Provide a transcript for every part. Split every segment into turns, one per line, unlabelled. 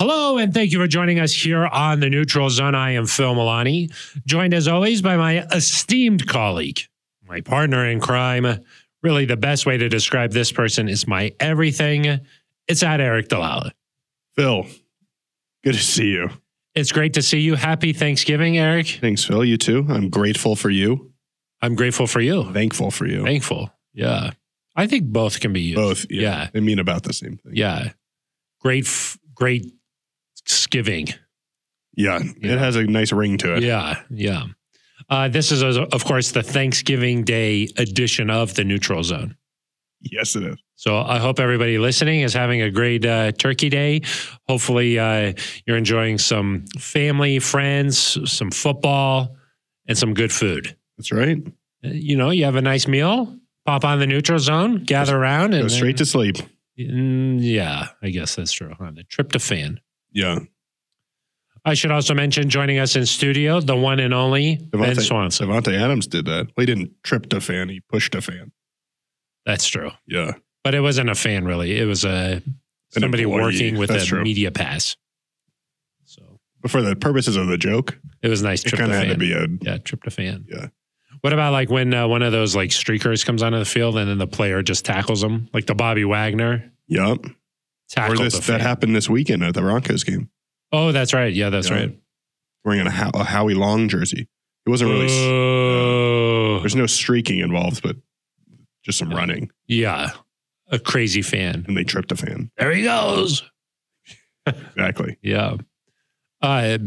Hello, and thank you for joining us here on the Neutral Zone. I am Phil Milani, joined as always by my esteemed colleague, my partner in crime. Really, the best way to describe this person is my everything. It's at Eric Dalala.
Phil, good to see you.
It's great to see you. Happy Thanksgiving, Eric.
Thanks, Phil. You too. I'm grateful for you.
I'm grateful for you.
Thankful for you.
Thankful. Yeah. I think both can be used.
Both. Yeah.
Yeah.
They mean about the same thing.
Yeah. Great, f- great skiving.
Yeah.
Yeah.
It has a nice ring to it.
Yeah, yeah. Uh, this is, uh, of course, the Thanksgiving Day edition of the Neutral Zone.
Yes, it is.
So I hope everybody listening is having a great uh, Turkey Day. Hopefully, uh, you're enjoying some family, friends, some football, and some good food.
That's right.
Uh, You know, you have a nice meal. Pop on the Neutral Zone, gather around, and
Go straight to sleep.
Mm, yeah, I guess that's true. On the tryptophan.
Yeah.
I should also mention joining us in studio, the one and only Ben
Devontae-
Swanson.
Devontae Adams did that. Well, he didn't trip to fan. He pushed a fan.
That's true.
Yeah.
but it wasn't a fan really. It was a
An
somebody
employee.
working with
That's
a
true.
media pass. So
But for the purposes of the joke,
it was nice.
it kind of had to
tryptophan.
be a.
yeah, tryptophan.
Yeah.
What about like when uh, one of those like streakers comes onto the field and then the player just tackles him, like the Bobby Wagner
Yep. Or
tackled
this
the
that
fan.
happened this weekend at the Broncos game.
oh, that's right. Yeah, that's
Yeah.
right.
Wearing a, How- a Howie Long jersey. It wasn't really. s-
Uh. Oh,
There's no streaking involved, but just some
Yeah.
running,
yeah, a crazy fan.
and they tripped a fan.
There he goes.
Exactly.
Yeah. Uh,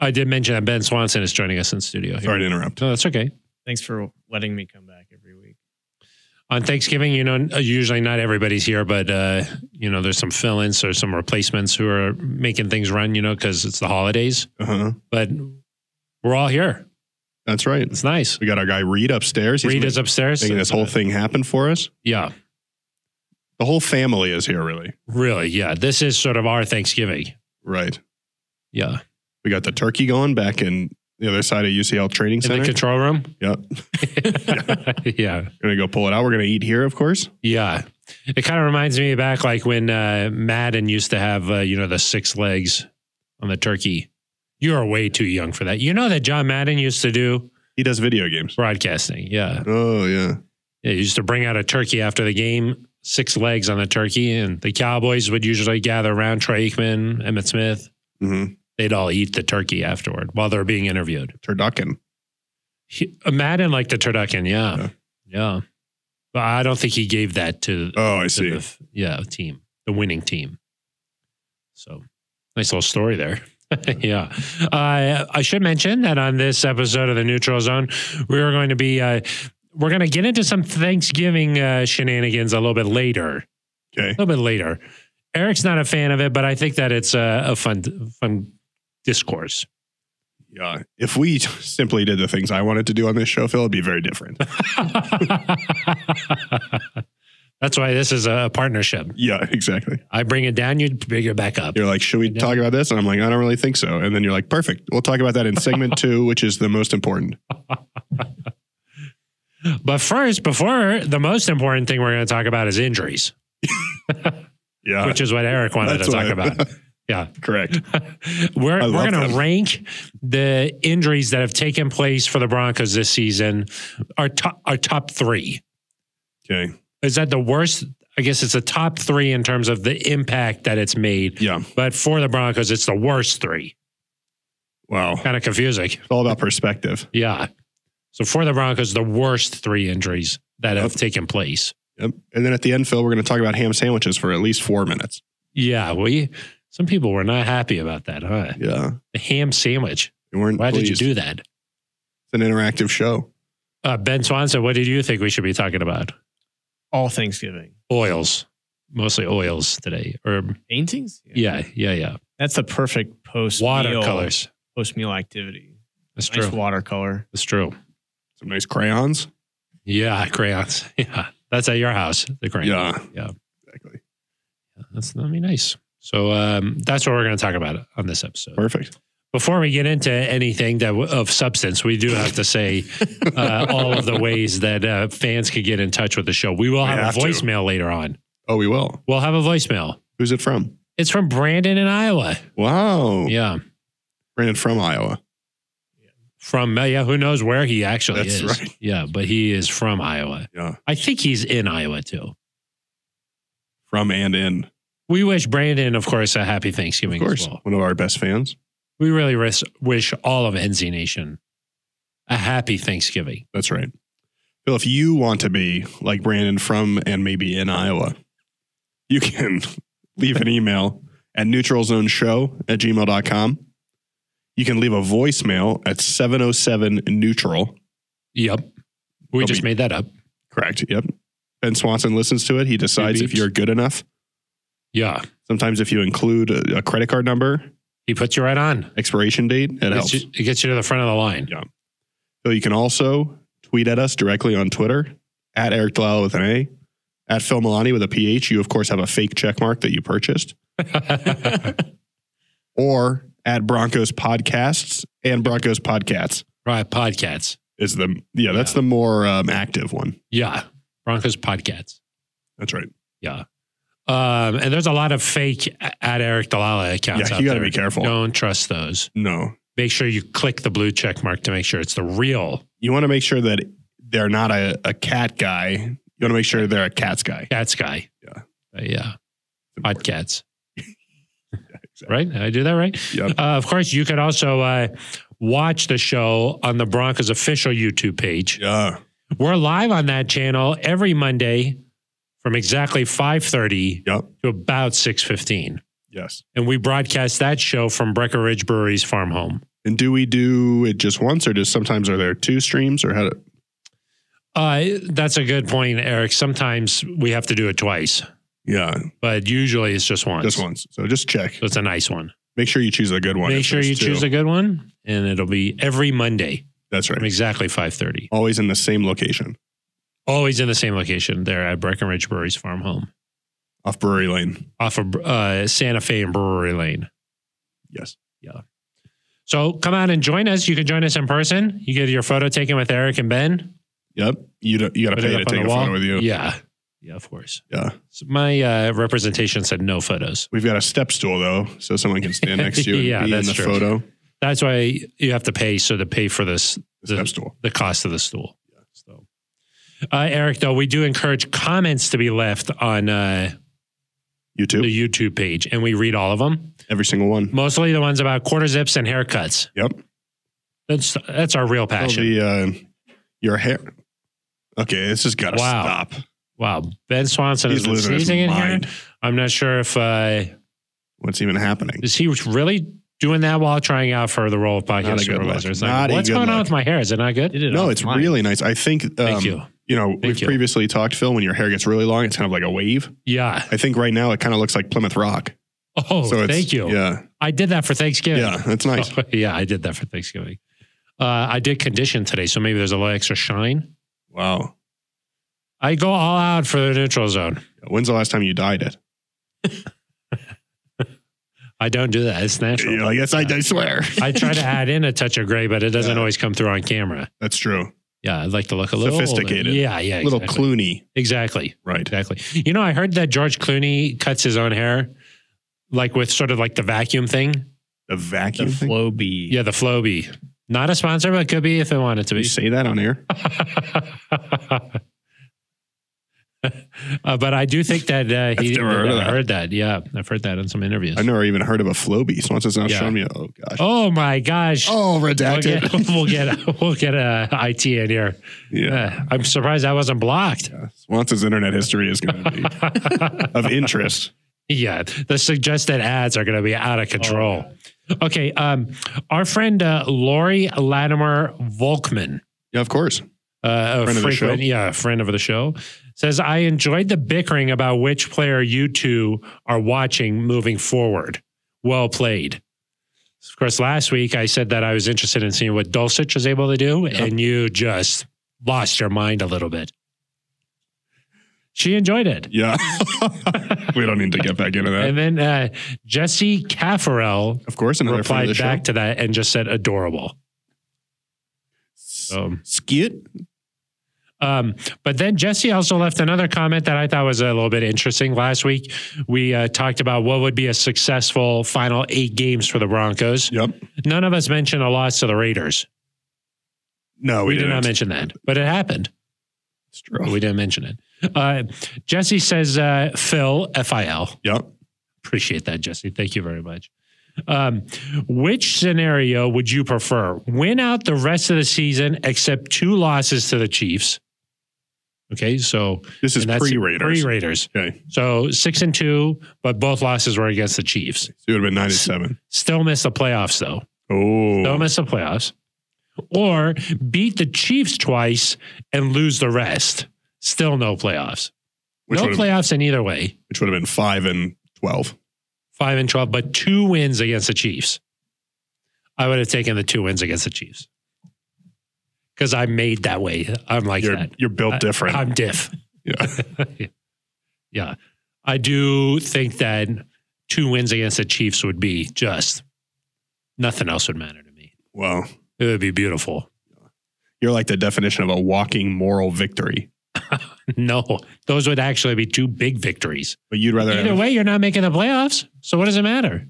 I did mention that Ben Swanson is joining us in studio. Here.
Sorry to interrupt.
No, that's okay.
Thanks for letting me come back every week.
on Thanksgiving, you know, usually not everybody's here, but uh, you know, there's some fill-ins or some replacements who are making things run, you know, because it's the holidays.
Uh huh.
But we're all here.
That's right.
It's nice.
We got our guy Reed upstairs. He's
Reed is upstairs.
making this whole thing happen for us.
Yeah,
The whole family is here, really.
really. Yeah, this is sort of our Thanksgiving.
Right.
Yeah,
We got the turkey going back in the other side of UCL Training
in the
Center.
control room.
Yep.
yeah,
We're gonna go pull it out. We're gonna eat here, of course.
yeah. It kind of reminds me back like when uh, Madden used to have uh, you know the six legs on the turkey. You are way too young for that. You know that John Madden used to do
He does video games.
broadcasting. Yeah.
Oh yeah.
Yeah, you used to bring out a turkey after the game, six legs on the turkey, and the Cowboys would usually gather around Troy Aikman, Emmett Smith.
Mm-hmm.
They'd all eat the turkey afterward while they're being interviewed.
Turducken.
He, Madden liked the turducken, yeah. yeah,
Yeah.
But I don't think he gave that to,
Oh, I
to
see.
the f- yeah team, the winning team. So nice little story there. yeah, uh, I should mention that on this episode of the Neutral Zone, we are going to be uh, we're going to get into some Thanksgiving uh, shenanigans a little bit later.
Okay.
A little bit later. Eric's not a fan of it, but I think that it's a, a fun, fun discourse.
Yeah. If we simply did the things I wanted to do on this show, Phil, it'd be very different.
That's why this is a partnership.
yeah, exactly.
I bring it down, you bring it back up.
You're like, should we
Yeah.
talk about this? And I'm like, I don't really think so. And then you're like, perfect. We'll talk about that in segment two, which is the most important.
But first, before the most important thing we're going to talk about is injuries,
Yeah.
which is what Eric wanted to
Uh, That's
talk
what I-
about. Yeah.
Correct.
we're we're
I love
going to
them.
rank the injuries that have taken place for the Broncos this season. Our top our top three
Okay.
is that the worst. I guess it's the top three in terms of the impact that it's made.
Yeah.
But for the Broncos, it's the worst three.
Wow.
Kind of confusing.
It's all about perspective.
Yeah. So for the Broncos, the worst three injuries that have
Yep.
taken place.
Yep. And then at the end, Phil, we're going to talk about ham sandwiches for at least four minutes.
Yeah. We some people were not happy about that, huh?
Yeah.
The ham sandwich.
We weren't
Why did you
pleased.
do that?
It's an interactive show.
Uh, ben Swanson, what did you think we should be talking about?
All Thanksgiving.
oils, mostly oils today. Or
Paintings?
yeah, yeah, yeah.
That's the perfect post
Watercolors.
post meal activity.
That's
nice
true.
watercolor.
That's true.
Some nice crayons.
Yeah, crayons. Yeah, that's at your house. The crayons.
Yeah.
Yeah.
Exactly.
That's that'd be nice. So um, that's what we're going to talk about on this episode.
Perfect.
Before we get into anything that w- of substance, we do have to say uh, all of the ways that uh, fans could get in touch with the show. We will
We
have,
have
a
to.
voicemail later on.
Oh, we will.
We'll have a voicemail.
Who's it from?
It's from Brandon in Iowa.
Wow.
Yeah.
Brandon from Iowa.
From, uh, yeah, who knows where he actually
That's
is.
right.
Yeah, but he is from Iowa.
Yeah.
I think he's in Iowa too.
From and in.
We wish Brandon, of course, a happy
Of
Thanksgiving
course.
as well.
One of our best fans.
We really ris- wish all of NZ Nation a happy Thanksgiving.
That's right. Bill, if you want to be like Brandon from and maybe in Iowa, you can leave an email at neutralzoneshow at gmail.com. You can leave a voicemail at 707 neutral.
Yep. We
They'll
just
be-
made that up.
Correct. Yep. Ben Swanson listens to it. He decides if
beeps.
you're good enough.
Yeah.
Sometimes if you include a, a credit card number,
He puts you right on.
expiration date, it
Gets
helps.
you, it gets you to the front of the line.
So you can also tweet at us directly on Twitter at Eric Delisle with an A, at Phil Milani with a PH. You, of course, have a fake check mark that you purchased, or at Broncos Podcasts and Broncos Podcasts
right. Podcats.
is the, yeah, that's
Yeah.
the more um, active one.
Yeah. Broncos Podcats.
That's right.
Yeah. Um, and there's a lot of fake a- at Eric Dalala accounts.
Yeah,
out
you got to
there.
be careful.
Don't trust those.
No.
Make sure you click the blue check mark to make sure it's the real
You want to make sure that they're not a, a cat guy. You want to make sure they're a cat's guy.
Cats guy.
Yeah.
Uh, yeah.
Important.
Podcats.
exactly.
Right? Did I do that right?
Yep.
Uh, of course, you could also uh, watch the show on the Broncos official YouTube page.
Yeah.
We're live on that channel every Monday from exactly 5.30
Yep.
to about 6.15.
Yes.
And we broadcast that show from Breckenridge Brewery's farm home.
And do we do it just once, or just sometimes are there two streams, or how? Do,
Uh, that's a good point, Eric. Sometimes we have to do it twice,
yeah,
but usually it's just once.
just once. So just check.
So it's a nice one.
Make sure you choose a good one.
Make
if
sure
there's
you
two.
choose a good one, and it'll be every Monday
That's
from
right.
exactly 5.30.
Always in the same location,
Always in the same location there at Breckenridge Brewery's farm home.
off Brewery Lane.
off of uh, Santa Fe and Brewery Lane.
Yes.
So come out and join us. You can join us in person. You get your photo taken with Eric and Ben.
Yep. You do, you got to
Put it
pay
up
to
on
take
the
a
wall.
photo with you.
Yeah. Yeah, of course.
Yeah.
So my uh, representation said no photos.
We've got a step stool though, so someone can stand next to you and
Yeah,
be in
that's
the
true.
photo.
That's why you have to pay. So to pay for this,
The step stool.
the cost of the stool. So, uh, Eric, though, we do encourage comments to be left on uh,
YouTube.
the YouTube page, and we read all of them.
Every single one.
Mostly the ones about quarter zips and haircuts.
Yep.
That's that's our real
All
passion.
the uh, your hair. Okay, this has got to
Wow.
stop.
Wow, Ben Swanson
He's
is been
losing his
sneezing in here.
mind.
I'm not sure if uh,
What's even happening?
is he really doing that while trying out for the role of
Not
podcast
a good
supervisor.
look.
It's like,
Not a
what's
good
going on
look. Um,
with my hair? Is it not good?
Did it
No,
off
it's
mine.
really nice. I think um,
Thank you.
you know, we've
you.
previously talked, Phil, when your hair gets really long, it's kind of like a wave.
Yeah.
I think right now it kind of looks like Plymouth Rock.
Oh,
it's,
thank you.
Yeah.
I did that for Thanksgiving.
Yeah. That's nice.
Oh, yeah, I did that for Thanksgiving. Uh, I did condition today, so maybe there's a little extra shine.
Wow.
I go all out for the neutral zone.
When's the last time you dyed it?
I don't do that. It's natural.
You're like, yes, I, I swear.
I try to add in a touch of gray, but it doesn't
Yeah.
always come through on camera.
That's true.
Yeah, I'd like to look a little older.
Sophisticated.
Yeah, yeah,
Little
exactly.
Clooney.
Exactly.
Right.
Exactly. You know, I heard that George Clooney cuts his own hair, like with sort of like the vacuum thing.
The vacuum
the
thing.
flow B.
Yeah, the Flowbee. Not a sponsor, but could be if it wanted to
Did you
be.
say that on air?
Uh, but I do think that uh, he
I've never heard of
I
that.
heard that. Yeah, I've heard that in some interviews.
I've never even heard of a Floby. Swanson's not
Yeah.
showing me. Oh, gosh.
Oh my gosh.
Oh,
We'll
redacted.
get, we'll get we'll get a IT in here.
yeah.
Uh, I'm surprised I wasn't blocked.
Swanson's internet history is going to be of interest.
Yeah, the suggested ads are going to be out of control.
Oh.
Okay, um, our friend uh, Lori Latimer Volkman,
Yeah, of course.
uh, a
Friend of the
frequent,
show.
yeah, a friend of the show, says I enjoyed the bickering about which player you two are watching moving forward. Well played. Of course, last week I said that I was interested in seeing what Dulcich was able to do,
Yeah.
and you just lost your mind a little bit. She enjoyed it.
Yeah. we don't need to get back into that.
And then uh, Jesse Caffarel
Of course, another friend
replied
of the
back
show.
to that and just said adorable.
S-
Um,
Skit.
Um, but then Jesse also left another comment that I thought was a little bit interesting. Last week, we uh, talked about what would be a successful final eight games for the Broncos.
Yep.
None of us mentioned a loss to the Raiders. we
No, Oh, we,
did
didn't. Oh.
not mention that, but it happened.
It's true.
We didn't mention it. Uh, Jesse says, uh, Phil, F I L.
Yep.
Appreciate that, Jesse. Thank you very much. Um, which scenario would you prefer? Win out the rest of the season, except two losses to the Chiefs. Okay, so
This is
and that's
pre Raiders.
Pre-Raiders.
Okay.
So six and two, but both losses were against the Chiefs.
So it would have been 97.
Still miss the playoffs though. Still
Oh.
miss the playoffs. Or beat the Chiefs twice and lose the rest. Still no playoffs.
Which
no
would have
playoffs in either way.
which would have been 5 and 12.
Five and twelve, but two wins against the Chiefs. I would have taken the two wins against the Chiefs. Because I'm made that way. I'm like
you're
that.
you're built different.
I'm diff.
yeah.
yeah. I do think that two wins against the Chiefs would be just nothing else would matter to me.
Well,
It would be beautiful.
you're like the definition of a walking moral victory.
No, those would actually be two big victories.
But you'd rather
Either
have
way, you're not making the playoffs. So what does it matter?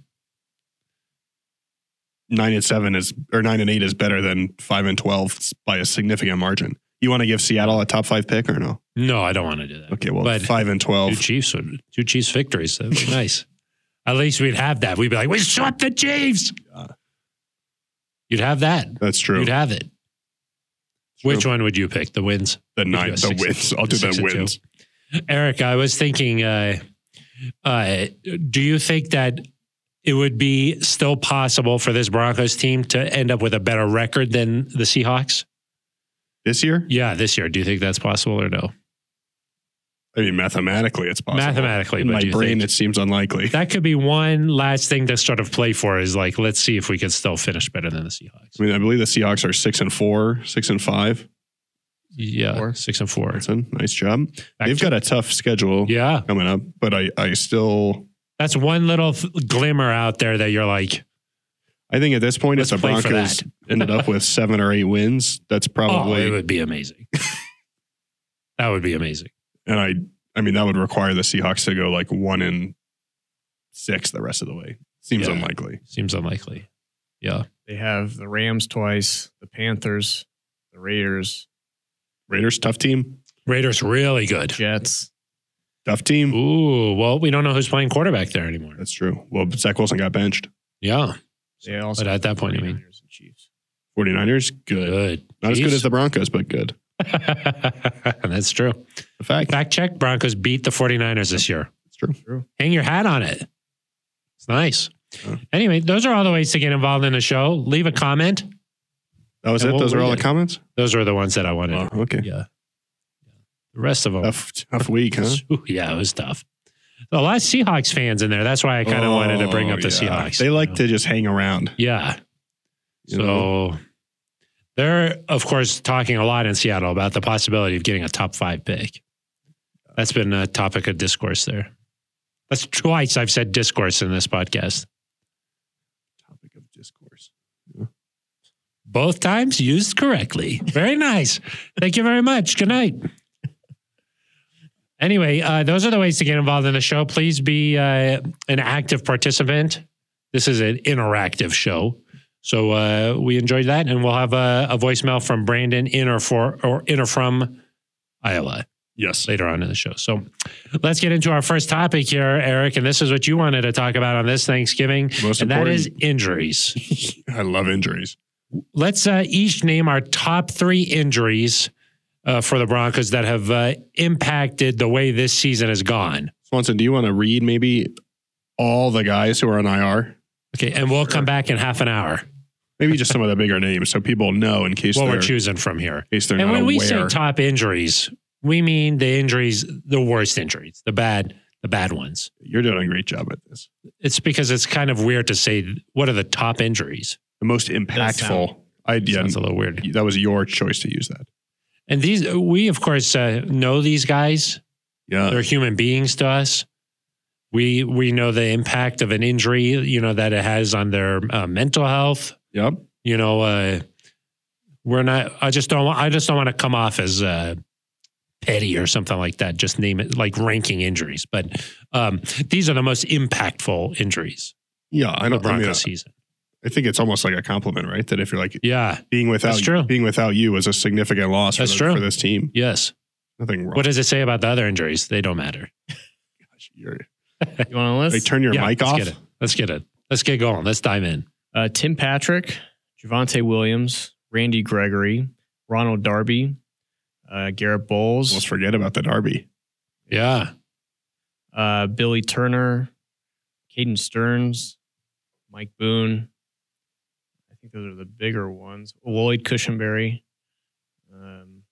9 and 7 is or 9 and 8 is better than 5 and 12 by a significant margin. You want to give Seattle a top 5 pick or no?
No, I don't want to do that.
Okay, well,
But
5 and
Two
12.
Chiefs would two Chiefs victories. That'd be nice. At least we'd have that. We'd be like, we swept the Chiefs.
Yeah.
You'd have that.
That's true.
You'd have it.
True.
Which one would you pick? The wins.
The nine,
do a
the
six-
wins. I'll do
six
the
and two.
wins.
Eric, I was thinking, uh, uh, do you think that it would be still possible for this Broncos team to end up with a better record than the Seahawks?
This year?
Yeah, this year. Do you think that's possible or no?
I mean, mathematically, it's possible.
Mathematically,
In
but
my
do you
brain,
think-
it seems unlikely.
That could be one last thing to sort of play for is like, let's see if we can still finish better than the Seahawks.
I mean, I believe the Seahawks are six and four, six and five.
Yeah,
Four.
six and four.
That's a nice job.
Back
They've
to-
got a tough schedule
yeah,
coming up, but I, I still,
that's one little th- glimmer out there that you're like,
I think at this point,
Let's
if the
play for
Broncos ended up with seven or eight wins, that's
oh,
probably,
it would be amazing. that would be amazing.
and I, I mean, that would require the Seahawks to go like one and six the rest of the way. Seems
Yeah.
unlikely.
Seems unlikely. Yeah.
They have the Rams twice, the Panthers, the Raiders,
Raiders, tough team,
Raiders really good.
Jets.
tough team.
Ooh, well, we don't know who's playing quarterback there anymore.
That's true. Well, Zach Wilson got benched.
Yeah,
They also
but at that point, I mean,
49ers and Chiefs.
49ers, good.
good.
Not as good
Chiefs.
as the Broncos, but good.
That's true.
The fact.
Fact check: Broncos beat the 49ers this year.
It's true.
Hang your hat on it. It's nice.
Yeah.
Anyway, those are all the ways to get involved in the show. Leave a comment.
That was
And
it.
we'll
Those are all
read
the
it.
comments.
Those are the ones that I wanted.
Wow, okay.
Yeah. The rest of them.
Tough, tough week, huh?
Ooh, yeah, it was tough. A lot of Seahawks fans in there. That's why I kind of wanted to bring
Oh,
up the
yeah.
Seahawks.
They
you
like
know?
to just hang around.
Yeah.
you
So
know?
they're, of course, talking a lot in Seattle about the possibility of getting a top five pick. That's been a topic of discourse there. That's twice I've said discourse in this podcast.
topic of discourse.
Both times used correctly. Very nice. Thank you very much. Good night. Anyway, uh, those are the ways to get involved in the show. Please be uh, an active participant. This is an interactive show. So uh, we enjoyed that. And we'll have a, a voicemail from Brandon in or, for, or in or from Iowa
Yes.
later on in the show. So let's get into our first topic here, Eric. And this is what you wanted to talk about on this Thanksgiving,
Most
and that
important.
is injuries
I love injuries.
let's uh, each name our top three injuries uh, for the Broncos that have uh, impacted the way this season has gone.
Swanson, do you want to read maybe all the guys who are on IR?
Okay, and we'll come back in half an hour
Maybe just some of the bigger names so people know in case
what
they're,
we're
in
choosing from here.
case they're
And
not
when
aware.
we say top injuries, we mean the injuries, the worst injuries, the bad, the bad ones.
You're doing a great job at this.
It's because it's kind of weird to say what are the top injuries.
The most
Does sound-
impactful. I yeah,
Sounds a little weird.
that was your choice to use that.
And these, we of course uh, know these guys.
Yeah.
they're human beings to us. We we know the impact of an injury, you know that it has on their uh, mental health.
Yep.
You know, uh, we're not. I just don't. wa- I just don't want to come off as uh, Petty or something like that. Just name it like ranking injuries, but um, these are the most impactful injuries
Yeah, I
in
know.
the
I, mean,
Bronco season.
I think it's almost like a compliment, right? That if you're like
Yeah.
being without
That's true.
being without you is a significant loss
That's
for,
true.
for this team.
Yes.
Nothing wrong.
What does it say about the other injuries? They don't matter.
You're,
You want to list?
like turn your
Yeah,
mic
let's
off.
Get it. Let's get it. Let's get going. Let's dive in.
Uh, Tim Patrick, Javante Williams, Randy Gregory, Ronald Darby, uh, Garrett
Let's
Bowles,
forget about the derby.
Yeah.
uh, Billy Turner, Caden Stearns, Mike Boone. I think those are the bigger ones. Lloyd Cushenberry. Um,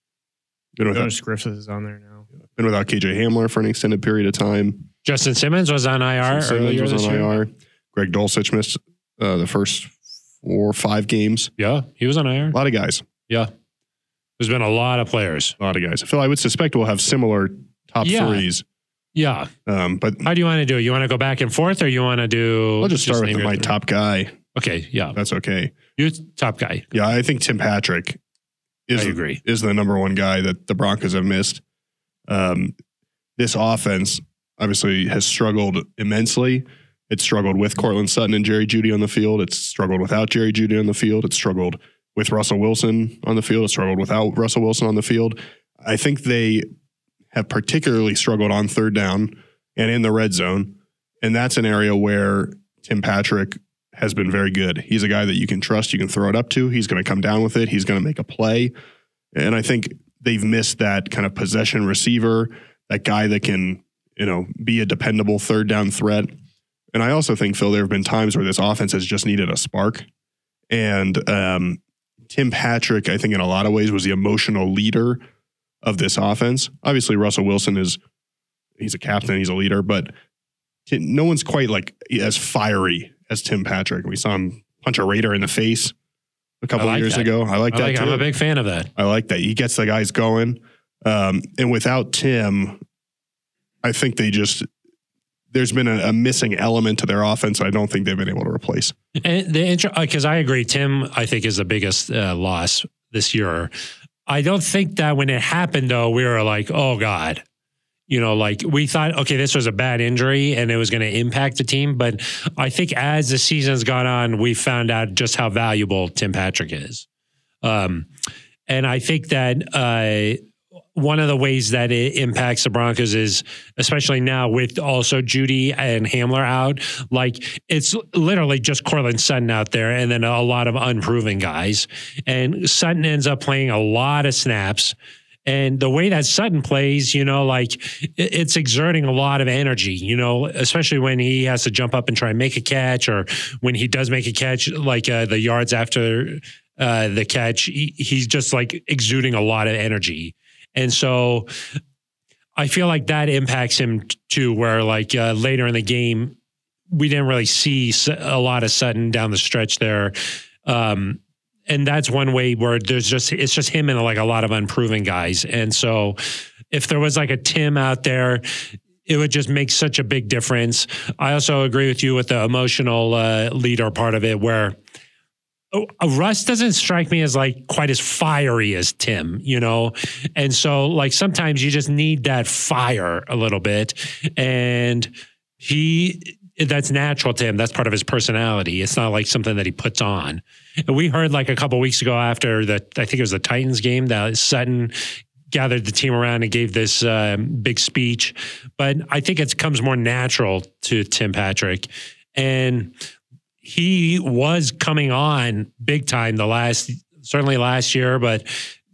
Been without,
Jonas Griffith is on there now.
been without KJ Hamler for an extended period of time.
Justin Simmons was on IR
Since Simmons
earlier
was
this
on
year.
IR. Greg Dulcich missed uh, the first four or five games.
Yeah, he was on IR.
A lot of guys.
There's been a lot of players.
A lot of guys. Phil, I would suspect we'll have similar top
Yeah.
threes.
Yeah.
Um, but
How do you want to do it? You want to go back and forth, or you want to do?
I'll just start with
name
my
your-
top guy.
Okay. Yeah.
That's okay.
You top guy.
Yeah, I think Tim Patrick
I
is
agree.
is the number one guy that the Broncos have missed. Um, this offense obviously has struggled immensely. It struggled with Cortland Sutton and Jerry Judy on the field. It's struggled without Jerry Judy on the field. It struggled with Russell Wilson on the field. It struggled without Russell Wilson on the field. I think they have particularly struggled on third down and in the red zone. And that's an area where Tim Patrick has been very good. He's a guy that you can trust, you can throw it up to. He's going to come down with it, he's going to make a play. And I think they've missed that kind of possession receiver, that guy that can, you know, be a dependable third down threat. And I also think, Phil, there have been times where this offense has just needed a spark. And um, Tim Patrick, I think, in a lot of ways, was the emotional leader of this offense. Obviously, Russell Wilson is he's a captain, he's a leader, but t- no one's quite like as fiery as Tim Patrick. We saw him punch a Raider in the face a couple
like
of years
that.
ago. I like
I
that.
like, I'm
too.
a big fan of that.
I like that. He gets the guys going. Um, and without Tim, I think they just there's been a, a missing element to their offense. I don't think they've been able to replace.
And the intro, because I agree, Tim, I think is the biggest uh, loss this year. I don't think that when it happened, though, we were like, oh God. You know, like we thought, okay, this was a bad injury and it was going to impact the team. But I think as the season's gone on, we found out just how valuable Tim Patrick is. Um, and I think that uh, one of the ways that it impacts the Broncos is, especially now with also Judy and Hamler out, like it's literally just Cortland Sutton out there and then a lot of unproven guys. And Sutton ends up playing a lot of snaps. And the way that Sutton plays, you know, like i- it's exerting a lot of energy, you know, especially when he has to jump up and try and make a catch or when he does make a catch, like uh, the yards after uh, the catch, he, he's just like exuding a lot of energy. And so I feel like that impacts him t- too, where like uh, later in the game, we didn't really see s- a lot of Sutton down the stretch there. Um, and that's one way where there's just it's just him and like a lot of unproven guys. And so if there was like a Tim out there, it would just make such a big difference. I also agree with you with the emotional uh, leader part of it where oh, Russ doesn't strike me as like quite as fiery as Tim, you know? And so like sometimes you just need that fire a little bit. And he that's natural to him. That's part of his personality. It's not like something that he puts on. And we heard like a couple weeks ago after the I think it was the Titans game that Sutton gathered the team around and gave this um, big speech. But I think it comes more natural to Tim Patrick, and he was coming on big time the last certainly last year, but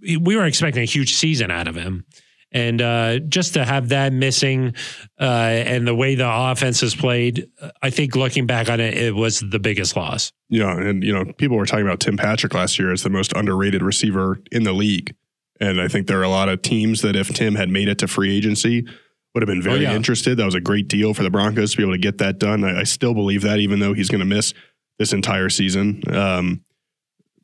we were expecting a huge season out of him. And uh, just to have that missing uh, and the way the offense is played, I think looking back on it, it was the biggest loss.
Yeah, and you know, people were talking about Tim Patrick last year as the most underrated receiver in the league. And I think there are a lot of teams that if Tim had made it to free agency, would have been very
Oh, yeah.
interested. That was a great deal for the Broncos to be able to get that done. I, I still believe that, even though he's going to miss this entire season. Um,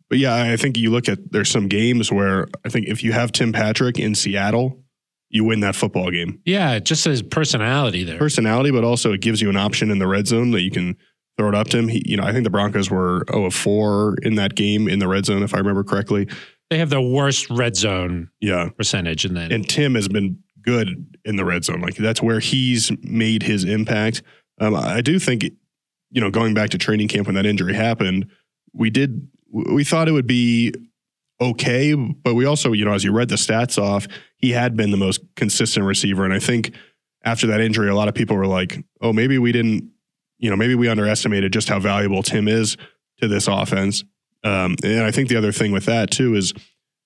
but yeah, I I think you look at there's some games where I think if you have Tim Patrick in Seattle, you win that football game
Yeah, just his personality there.
personality, but also it gives you an option in the red zone that you can throw it oh up to him. He, you know, I think the Broncos were 0 of 4 in that game in the red zone, if I remember correctly.
They have the worst red zone
Yeah.
percentage in that.
And Tim has been good in the red zone. Like that's where he's made his impact. Um, I do think, you know, going back to training camp when that injury happened, we did, we thought it would be okay, but we also, you know, as you read the stats off, he had been the most consistent receiver. And I think after that injury, a lot of people were like, oh, maybe we didn't, you know, maybe we underestimated just how valuable Tim is to this offense. Um, and I think the other thing with that too is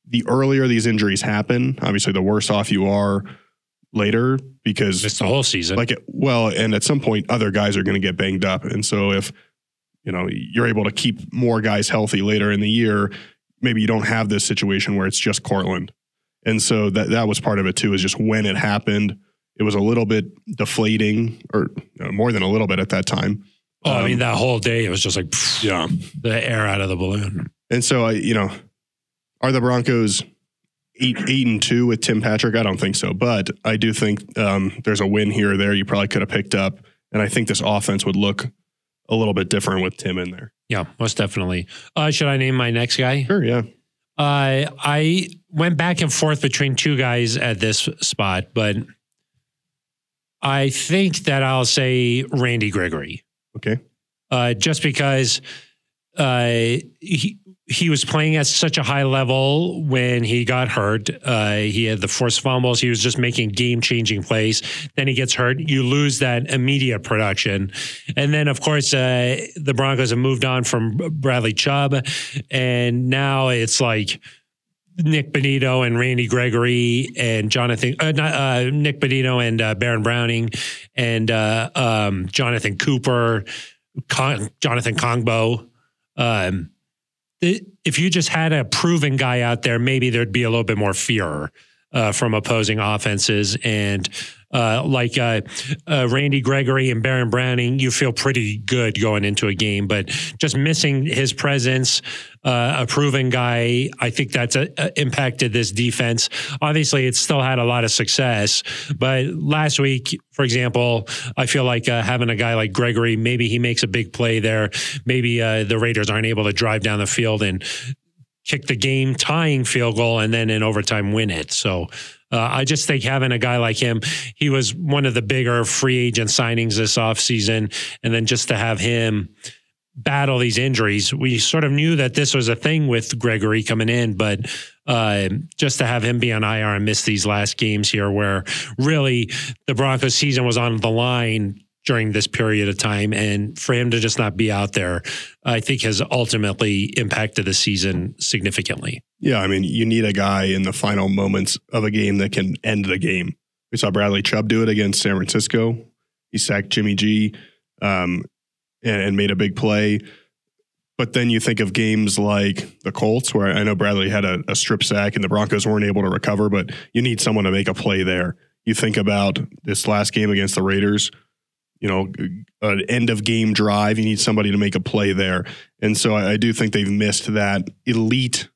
the earlier these injuries happen, obviously the worse off you are later because
it's the whole season.
like it, well and at some point other guys are going to get banged up and so if you know you're able to keep more guys healthy later in the year maybe you don't have this situation where it's just Cortland and so that that was part of it too is just when it happened it was a little bit deflating or you know, more than a little bit at that time
oh, I
um,
mean, that whole day it was just like pfft,
yeah
the air out of the balloon.
and so I you know are the Broncos eight eight and two with Tim Patrick I don't think so but I do think um, there's a win here or there you probably could have picked up and I think this offense would look a little bit different with Tim in there.
Yeah, most definitely. Uh, should I name my next guy?
Sure, yeah.
Uh, I went back and forth between two guys at this spot, but I think that I'll say Randy Gregory.
Okay.
Uh, just because uh, he he was playing at such a high level when he got hurt. Uh, he had the forced fumbles. He was just making game changing plays. Then he gets hurt. You lose that immediate production, and then of course uh, the Broncos have moved on from Bradley Chubb, and now it's like. Nick Benito and Randy Gregory and Jonathan, uh, not, uh, Nick Benito and uh, Baron Browning and uh, um, Jonathan Cooper, Con- Jonathan Kongbo. Um, i- if you just had a proven guy out there, maybe there'd be a little bit more fear uh, from opposing offenses. And uh, like uh, uh, Randy Gregory and Baron Browning, you feel pretty good going into a game, but just missing his presence, uh, a proven guy, I think that's uh uh impacted this defense. Obviously, it still had a lot of success, but last week, for example, I feel like uh, having a guy like Gregory, maybe he makes a big play there. Maybe uh, the Raiders aren't able to drive down the field and kick the game tying field goal and then in overtime win it. So uh, I just think having a guy like him, he was one of the bigger free agent signings this offseason. And then just to have him battle these injuries, we sort of knew that this was a thing with Gregory coming in, but uh, just to have him be on IR and miss these last games here where really the Broncos season was on the line during this period of time. And for him to just not be out there, I think has ultimately impacted the season significantly.
Yeah, I mean, you need a guy in the final moments of a game that can end the game. We saw Bradley Chubb do it against San Francisco. He sacked Jimmy G um, and, and made a big play. But then you think of games like the Colts, where I know Bradley had a, a strip sack and the Broncos weren't able to recover, but you need someone to make a play there. You think about this last game against the Raiders, you know, g- an end of game drive. You need somebody to make a play there. And so I, I do think they've missed that elite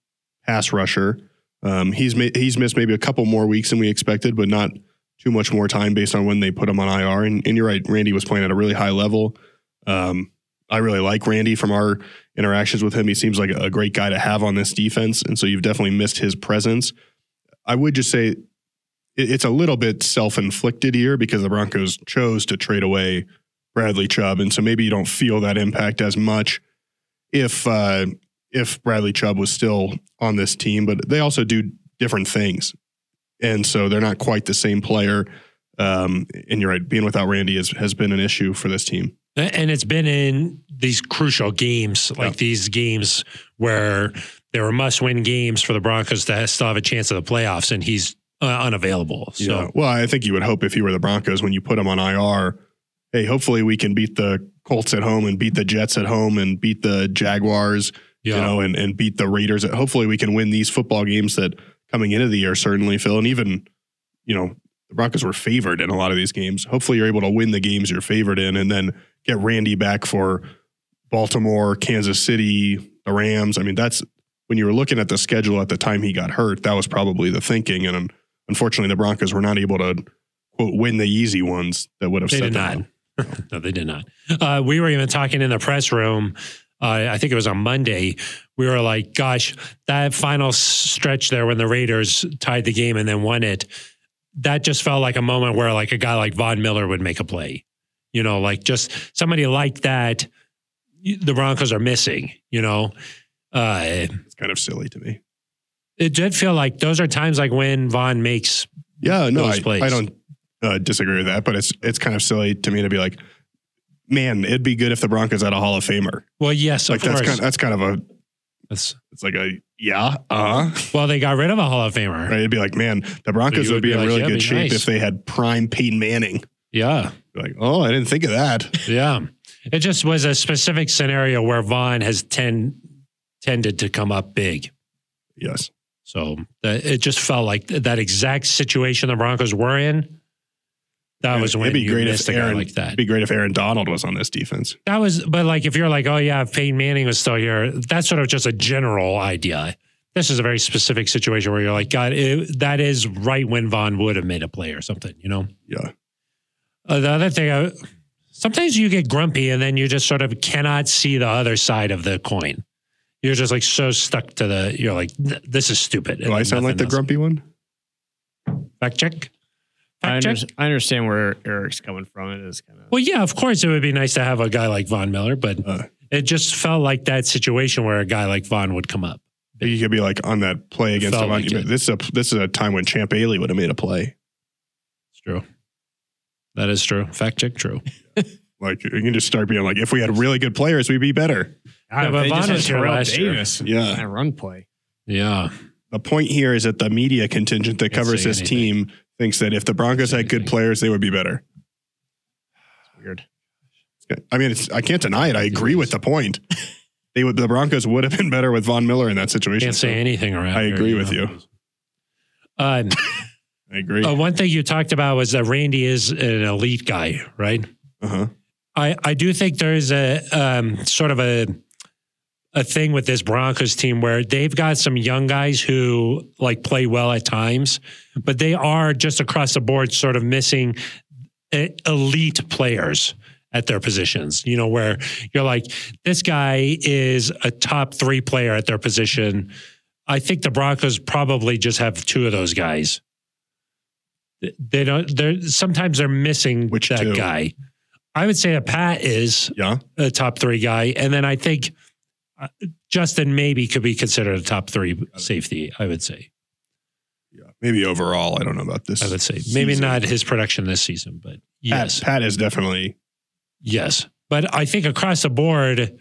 pass rusher. Um, he's ma- he's missed maybe a couple more weeks than we expected, but not too much more time based on when they put him on IR. And, and you're right, Randy was playing at a really high level. Um, I really like Randy from our interactions with him. He seems like a great guy to have on this defense, and so you've definitely missed his presence. I would just say it- it's a little bit self inflicted here because the Broncos chose to trade away Bradley Chubb, and so maybe you don't feel that impact as much if uh, if Bradley Chubb was still on this team, but they also do different things. And so they're not quite the same player. Um, and you're right, being without Randy is, has been an issue for this team.
A- And it's been in these crucial games, like
Yeah.
these games where there were must win games for the Broncos to ha- still have a chance of the playoffs, and he's uh, unavailable. So,
So, well, I think you would hope if you were the Broncos when you put him on IR, hey, hopefully we can beat the Colts at home and beat the Jets at home and beat the Jaguars,
yeah.
you know, and, and beat the Raiders. Hopefully we can win these football games that coming into the year, certainly, Phil. And even, you know, the Broncos were favored in a lot of these games. Hopefully you're able to win the games you're favored in and then get Randy back for Baltimore, Kansas City, the Rams. I mean, that's when you were looking at the schedule at the time he got hurt, that was probably the thinking. And um, unfortunately, the Broncos were not able to quote win the easy ones that would have
They
set
did
them
not.
up.
no, they did not. Uh, we were even talking in the press room. uh, I think it was on Monday, we were like, gosh, that final stretch there when the Raiders tied the game and then won it, that just felt like a moment where like a guy like Von Miller would make a play. You know, like just somebody like that, y- the Broncos are missing, you know. Uh,
It's kind of silly to me.
it did feel like those are times like when Von makes
Yeah, no,
Those
I,
plays.
I don't uh, disagree with that, but it's it's kind of silly to me to be like, man, it'd be good if the Broncos had a Hall of Famer.
well, yes,
like
of
that's
course.
kind of, that's kind of a
That's-
it's like a yeah, uh huh.
well, they got rid of a Hall of Famer.
Right? It'd be like, man, the Broncos
You
would be,
would be
in
like,
really
yeah,
good
be
shape
nice.
if they had prime Peyton Manning.
Yeah,
Like, oh, I didn't think of that.
yeah. It just was a specific scenario where Von has ten, tended to come up big.
yes,
So that, it just felt like th- that exact situation the Broncos were in. That
Yeah,
was
it'd
when
be
you
great if
missed a guy
Aaron-
like that.
it'd be great if Aaron Donald was on this defense.
That was, but like if you're like, oh yeah, if Peyton Manning was still here, that's sort of just a general idea. This is a very specific situation where you're like, God, it, that is right when Von would have made a play or something, you know?
Yeah,
Uh, the other thing, I, sometimes you get grumpy and then you just sort of cannot see the other side of the coin. You're just like so stuck to the, you're like, "Th- this is stupid.
do I sound like the
grumpy
grumpy one?
Fact check.
I,
Fact check.
under- I understand where Eric's coming from. It is kind of
Well, yeah, of course it would be nice to have a guy like Von Miller, but
Uh.
it just felt like that situation where a guy like Von would come up.
You could be like on that play against the
Felt like
Monument.
it.
This is a this is a time when Champ Bailey would have made a play.
It's true. That is true. Fact check true.
Like you can just start being like, if we had really good players, we'd be better.
Yeah, but
They just
Von
had
was here
Terrell
last year.
Davis
Yeah.
and a run play.
Yeah.
The point here is that the media contingent that
Can't
covers
say
this
anything.
team thinks that if the Broncos
Say
had good
anything.
players, they would be better.
It's weird.
I mean, it's, I can't deny it. I agree with the point. They would the Broncos would have been better with Von Miller in that situation.
Can't say anything around
I
here,
agree with
know?
you.
Um,
I agree.
uh, one thing you talked about was that Randy is an elite guy, right?
Uh-huh.
I, I do think there is a um, sort of a a thing with this Broncos team where they've got some young guys who like play well at times, but they are just across the board sort of missing e- elite players at their positions. You know where you're like this guy is a top 3 player at their position. I think the Broncos probably just have two of those guys. Th- They don't they're sometimes they're missing
Which
that
two?
guy. I would say that Pat is
Yeah.
a top three guy, and then I think uh, Justin maybe could be considered a top three safety. I would say.
Yeah. Maybe overall, I don't know about this.
I would say maybe
season.
not his production this season, but
Pat,
yes,
Pat is definitely
yes. But I think across the board,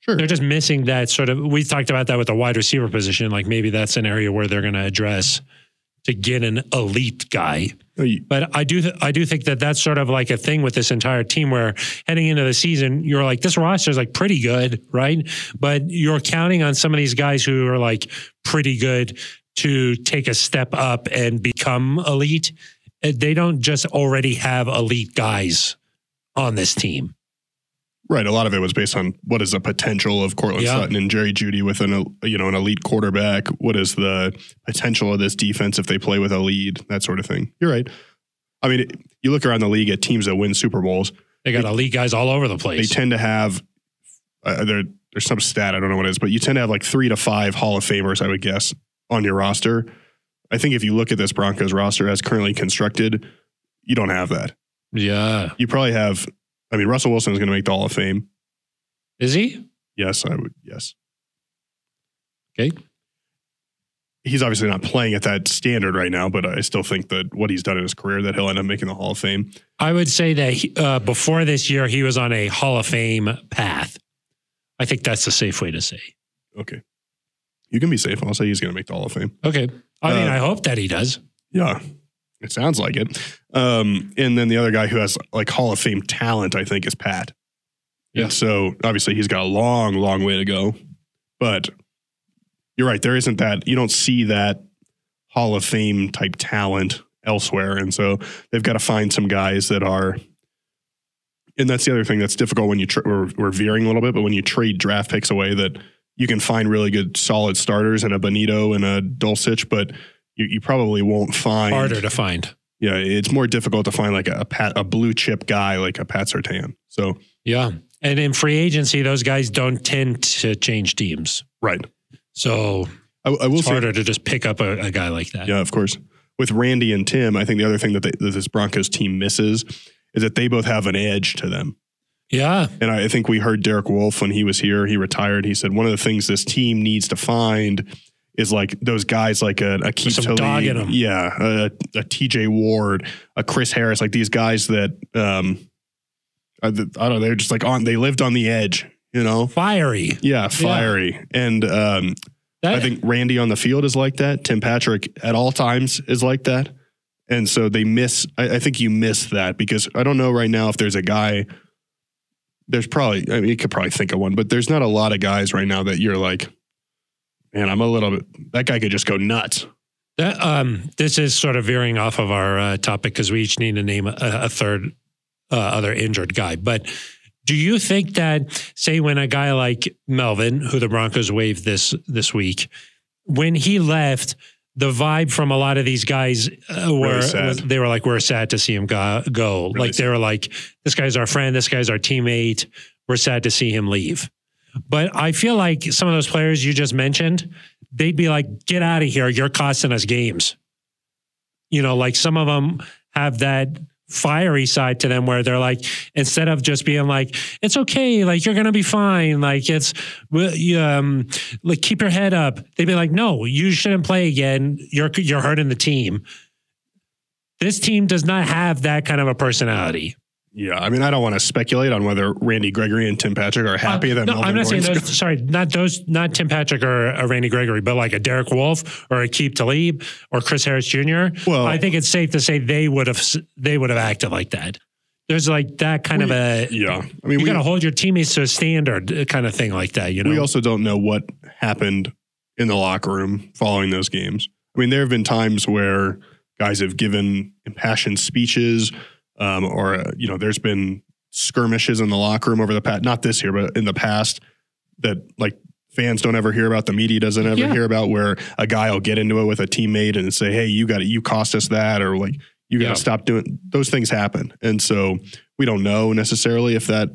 sure.
they're just missing that sort of. We talked about that with the wide receiver position. Like maybe that's an area where they're going to address to get an elite guy.
No, you-
But I do, th- I do think that that's sort of like a thing with this entire team, where heading into the season, you're like, this roster is like pretty good, right? But you're counting on some of these guys who are like pretty good to take a step up and become elite. Uh, They don't just already have elite guys on this team.
right. A lot of it was based on what is the potential of Cortland
Yeah.
Sutton and Jerry Judy with an el- you know an elite quarterback. What is the potential of this defense if they play with a lead? That sort of thing. You're right. I mean, it- you look around the league at teams that win Super Bowls.
They got elite guys all over the
they
place.
tend to have uh, there, there's some stat i don't know what it is but you tend to have like three to five hall of famers i would guess on your roster i think if you look at this broncos roster as currently constructed you don't have that
yeah,
you probably have i mean russell wilson is going to make the hall of fame
is he?
yes i would yes
Okay.
he's obviously not playing at that standard right now but i still think that what he's done in his career that he'll end up making the hall of fame
I would say that he, uh, before this year, he was on a Hall of Fame path. I think that's the safe way to say.
okay you can be safe i'll say he's going to make the hall of fame
Okay. I mean,
Uh,
I hope that he does.
Yeah. It sounds like it. Um, and then the other guy who has like Hall of Fame talent, I think, is Pat.
Yeah.
And so obviously he's got a long, long way to go. But you're right. There isn't that, you don't see that Hall of Fame type talent elsewhere. And so they've got to find some guys that are. And that's the other thing that's difficult when you tra- we're, we're veering a little bit, but when you trade draft picks away, that you can find really good, solid starters and a Bonito and a Dulcich, but you, you probably won't find
Harder to find.
yeah, it's more difficult to find like a, a pat a blue chip guy like a Pat Sertan. So
Yeah. And in free agency, those guys don't tend to change teams.
Right.
So
I, I will
it's
say,
harder to just pick up a, a guy like that.
yeah, of course. With Randy and Tim, I think the other thing that, they, that this Broncos team misses is that they both have an edge to them.
Yeah.
And I I think we heard Derek Wolf when he was here, he retired. He said one of the things this team needs to find is like those guys like a, a Keith
some
Tlaib,
dog in 'em.
Yeah, a, a TJ Ward, a Chris Harris, like these guys that um I, I don't know, they're just like on they lived on the edge, you know.
Fiery.
Yeah, fiery. And um
That,
I think Randy on the field is like that. Tim Patrick at all times is like that. And so they miss, I, I think you miss that because I don't know right now if there's a guy, there's probably, I mean, you could probably think of one, but there's not a lot of guys right now that you're like, man, I'm a little bit, that guy could just go nuts.
that, um, this is sort of veering off of our uh, topic because we each need to name a, a third uh, other injured guy. But do you think that, say, when a guy like Melvin, who the Broncos waived this this week, when he left, the vibe from a lot of these guys uh, were
sad.
was- they were like, "We're sad to see him go." go.
Really
like they were like, "This guy's our friend. This guy's our teammate. We're sad to see him leave." But I feel like some of those players you just mentioned, they'd be like, "Get out of here! You're costing us games." You know, like some of them have that fiery side to them where they're like instead of just being like it's okay like you're gonna be fine like it's well, you, um like keep your head up they'd be like no you shouldn't play again you're you're hurting the team this team does not have that kind of a personality
Yeah. I mean, I don't want to speculate on whether Randy Gregory and Tim Patrick are happy
Uh,
that
no,
Melvin
i'm not saying
Gordon's
those sorry not those not tim patrick or a randy gregory but like a derek wolf or a keep talib or chris harris jr
Well-
i think it's safe to say they would have s- they would have acted like that there's like that kind of a
Yeah. I mean,
you
we,
got to hold your teammates to a standard uh, kind of thing like that you know
we also don't know what happened in the locker room following those games. I mean, there have been times where guys have given impassioned speeches, um, or uh, you know, there's been skirmishes in the locker room over the past, not this year, but in the past, that like fans don't ever hear about, the media doesn't ever
Yeah.
hear about, where a guy will get into it with a teammate and say, "Hey, you got to you cost us that," or like, "You got to
Yeah.
stop doing." Those things happen, and so we don't know necessarily if that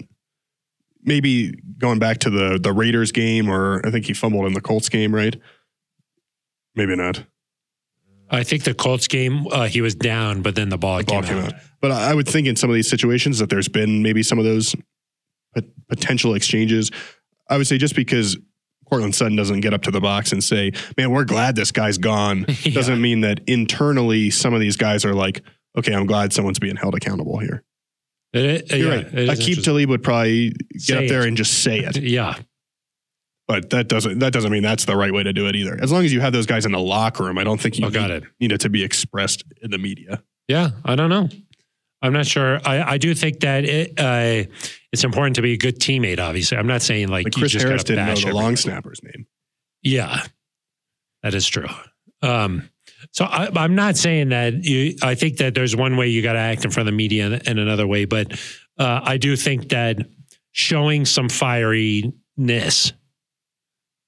maybe going back to the the Raiders game, or I think he fumbled in the Colts game, right? Maybe not.
I think the Colts game, uh, he was down, but then the ball,
Ball
came,
came
out.
out. But I I would think in some of these situations that there's been maybe some of those pot- potential exchanges. I would say just because Cortland Sutton doesn't get up to the box and say, "Man, we're glad this guy's gone,"
Yeah.
doesn't mean that internally some of these guys are like, "Okay, I'm glad someone's being held accountable here."
It- it-
You're
yeah,
right.
it is
Akeem
interesting.
Talib would probably get
Say
up there
it.
and just say it.
yeah, oh,
but that doesn't that doesn't mean that's the right way to do it either. As long as you have those guys in the locker room, I don't think you
oh, got
need,
it.
need it to be expressed in the media.
Yeah, I don't know. I'm not sure. I, I do think that it uh, it's important to be a good teammate. Obviously, I'm not saying like,
Like
you
Chris
just gotta
Harris didn't know
bash
the
everybody.
long snapper's name.
Yeah, that is true. Um, so I, I'm not saying that. You, I think that there's one way you got to act in front of the media and, and another way, but uh, I do think that showing some fieriness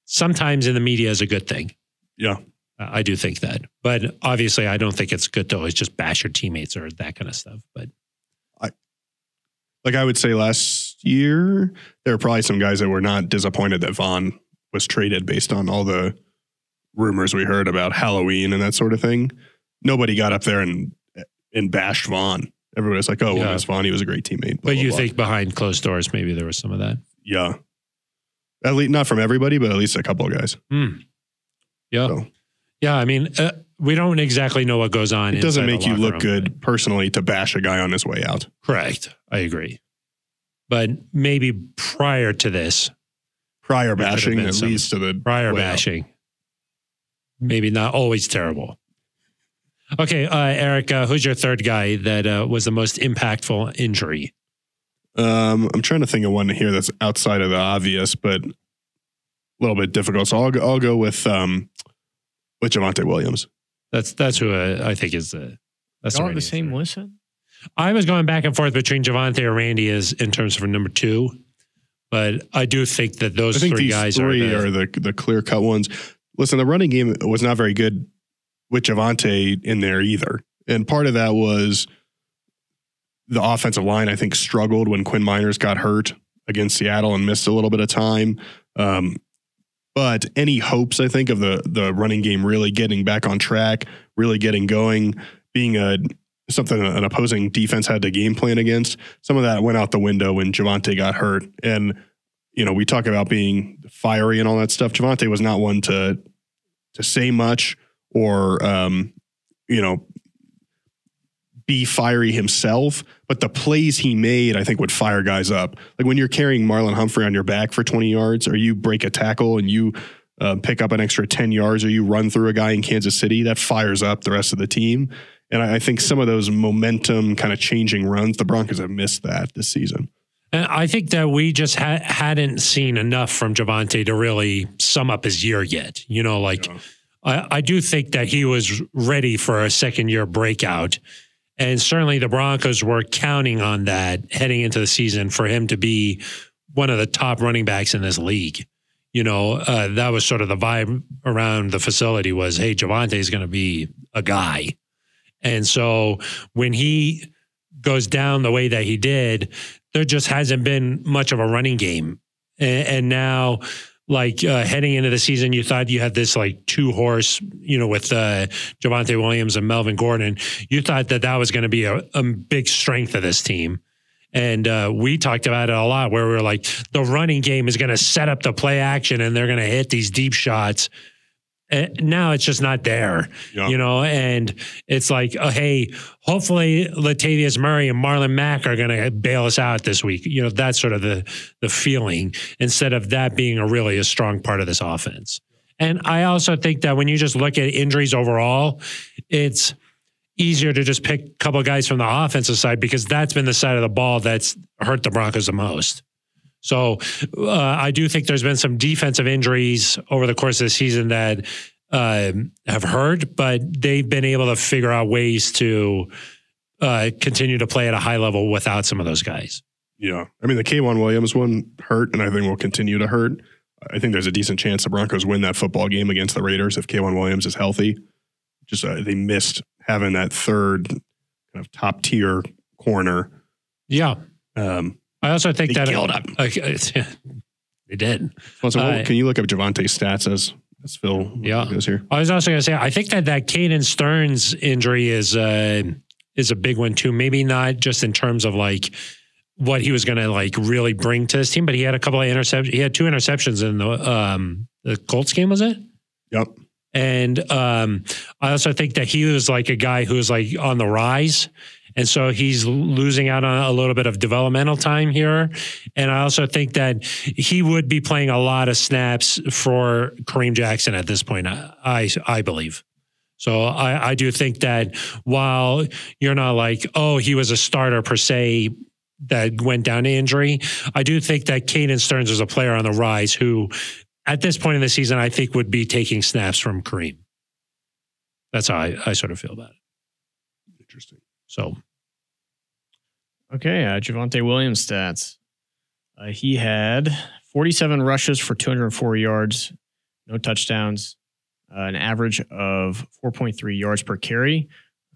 sometimes in the media is a good thing.
Yeah.
I I do think that, but obviously, I don't think it's good to always just bash your teammates or that kind of stuff. But
Like I would say last year, there were probably some guys that were not disappointed that Vaughn was traded based on all the rumors we heard about Halloween and that sort of thing. Nobody got up there and and bashed Vaughn. Everybody was like, "Oh, well,
Yeah.
it was Vaughn. He was a great teammate." blah,
but
blah,
you
blah.
think behind closed doors, maybe there was some of that.
yeah. At least not from everybody, but at least a couple of guys.
Hmm. Yeah.
So-
Yeah. I mean, uh, we don't exactly know what goes on.
It doesn't
inside
make
the
you
locker
look
room,
good personally to bash a guy on his way out.
but- Correct. I agree. But maybe prior to this,
Prior
There could have
bashing
been
at
some
least to the
prior
way out.
bashing, maybe not always terrible. Okay, uh, Eric, uh, who's your third guy that uh, was the most impactful injury?
Um, I'm trying to think of one here that's outside of the obvious, but a little bit difficult. So I'll go, I'll go with um, with Javante Williams.
That's that's who uh, I think is the. That's
Y'all
right
have the same
answer.
list? then?
I was going back and forth between Javante or Randy as in terms of number two, but I do think that those
I think
three
these
guys
three
are, the,
are the, the clear cut ones. Listen, the running game was not very good with Javante in there either, and part of that was the offensive line. I think struggled when Quinn Miners got hurt, against Seattle and missed a little bit of time. Um, but any hopes, I think, of the the running game really getting back on track, really getting going, being a something an opposing defense had to game plan against, some of that went out the window when Javante got hurt. And you know, we talk about being fiery and all that stuff. Javante was not one to to say much or um, you know be fiery himself, but the plays he made, I think, would fire guys up. Like when you're carrying Marlon Humphrey on your back for 20 yards, or you break a tackle and you uh, pick up an extra 10 yards, or you run through a guy in Kansas City, that fires up the rest of the team. And I, I think some of those momentum kind of changing runs, the Broncos have missed that this season.
And I think that we just ha- hadn't seen enough from Javante to really sum up his year yet. You know, like
Yeah.
I, I do think that he was ready for a second year breakout. And certainly the Broncos were counting on that heading into the season for him to be one of the top running backs in this league. You know, uh, that was sort of the vibe around the facility was, hey, Javante is going to be a guy. And so when he goes down the way that he did, there just hasn't been much of a running game. And, and now, like uh, heading into the season, you thought you had this like two horse, you know, with uh, Javante Williams and Melvin Gordon. You thought that that was going to be a, a big strength of this team. And uh, we talked about it a lot where we were like, the running game is going to set up the play action and they're going to hit these deep shots. And now it's just not there you know, and it's like, oh, hey, hopefully Latavius Murray and Marlon Mack are going to bail us out this week. You know, that's sort of the the feeling instead of that being a really a strong part of this offense. And I also think that when you just look at injuries overall, it's easier to just pick a couple of guys from the offensive side because that's been the side of the ball that's hurt the Broncos the most. So uh, I do think there's been some defensive injuries over the course of the season that um, have heard, but they've been able to figure out ways to uh, continue to play at a high level without some of those guys.
Yeah. I mean, the K1 Williams one hurt, and I think will continue to hurt. I think there's a decent chance the Broncos win that football game against the Raiders if K1 Williams is healthy. Just uh, they missed having that third kind of top tier corner.
Yeah,
Um,
I also think
They
that
killed him.
Okay, they did.
Swanson, what-
Uh,
can you look up Javante's stats as, as Phil
Yeah.
goes here?
I was also going to say I think that that Caden Stearns injury is uh, is a big one too. Maybe not just in terms of like what he was going to like really bring to this team, but he had a couple of interceptions. He had two interceptions in the um, the Colts game, was it?
Yep.
And um, I also think that he was like a guy who was like on the rise. And so he's losing out on a little bit of developmental time here. And I also think that he would be playing a lot of snaps for Kareem Jackson at this point, I, I, I believe. So I, I do think that while you're not like, oh, he was a starter per se that went down to injury, I do think that Caden Stearns is a player on the rise who at this point in the season, I think would be taking snaps from Kareem. That's how I, I sort of feel about it.
Interesting.
So
Okay, uh, Javante Williams stats. Uh, he had 47 rushes for 204 yards, no touchdowns, uh, an average of 4.3 yards per carry,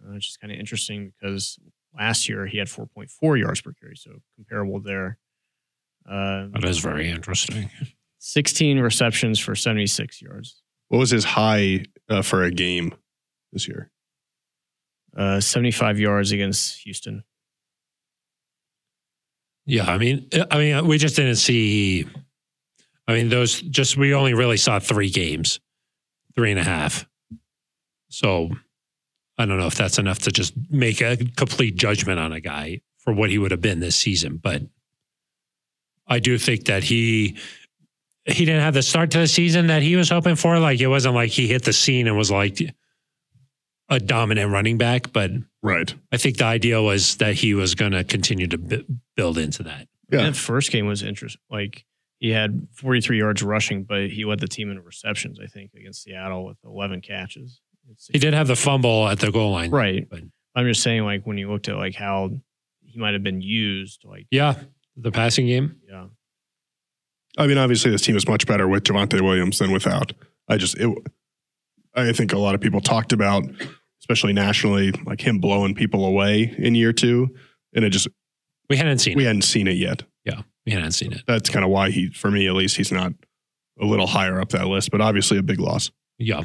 uh, which is kind of interesting because last year he had 4.4 yards per carry, so comparable there. Uh,
that is very interesting.
16 receptions for 76 yards,
What was his high uh, for a game this year?
uh, 75 yards against Houston.
Yeah, I mean, uh, I mean, we just didn't see. I mean, those just we only really saw three games, three and a half. So I don't know if that's enough to just make a complete judgment on a guy for what he would have been this season, but I do think that he he didn't have the start to the season that he was hoping for. Like it wasn't like he hit the scene and was like a dominant running back, but
Right.
I think the idea was that he was going to continue to b- build into that.
Yeah.
That first game was interesting. Like he had 43 yards rushing, but he led the team in receptions. I think against Seattle with 11 catches. It's-
He did have the fumble at the goal line.
right.
But-
I'm just saying, like when you looked at like how he might have been used, like
Yeah. The passing game.
yeah,
I mean, obviously, this team is much better with Javante Williams than without. I just, it, I think a lot of people talked about, especially nationally, like him blowing people away in year two, and it just
We hadn't seen
we
it.
hadn't seen it yet.
We hadn't seen it.
That's kind of why he, for me at least, he's not a little higher up that list, but obviously a big loss.
Yeah.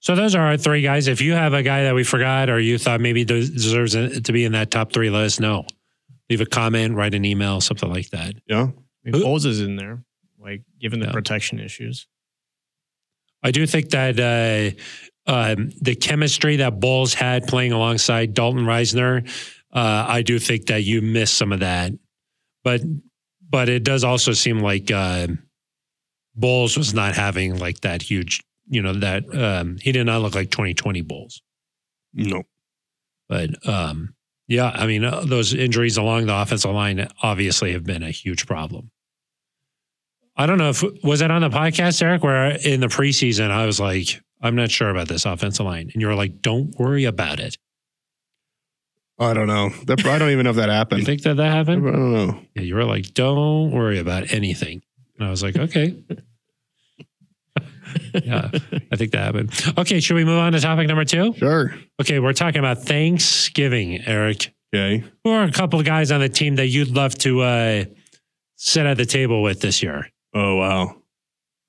So those are our three guys. If you have a guy that we forgot or you thought maybe des- deserves it to be in that top three, let us know. Leave a comment, write an email, something like that.
Yeah.
I mean,
Who-
Foles is in there, like given the
Yeah.
protection issues.
I do think that uh, um, the chemistry that Bulls had playing alongside Dalton Reisner, uh, I do think that you miss some of that, but but it does also seem like uh, Bulls was not having like that huge, you know, that um, he did not look like 2020 Bulls.
No.
But um, yeah, I mean, uh, those injuries along the offensive line obviously have been a huge problem. I don't know if was that on the podcast, Eric, where in the preseason I was like, I'm not sure about this offensive line, and you were like, Don't worry about it.
I don't know. That, I don't even know if that
You
happened.
think that that
I
happened?
don't know.
Yeah, you were like, Don't worry about anything, and I was like, Okay. yeah, I think that happened. Okay, should we move on to topic number two?
Sure.
Okay, we're talking about Thanksgiving, Eric.
Okay.
Who are a couple of guys on the team that you'd love to uh, sit at the table with this year?
Oh, wow.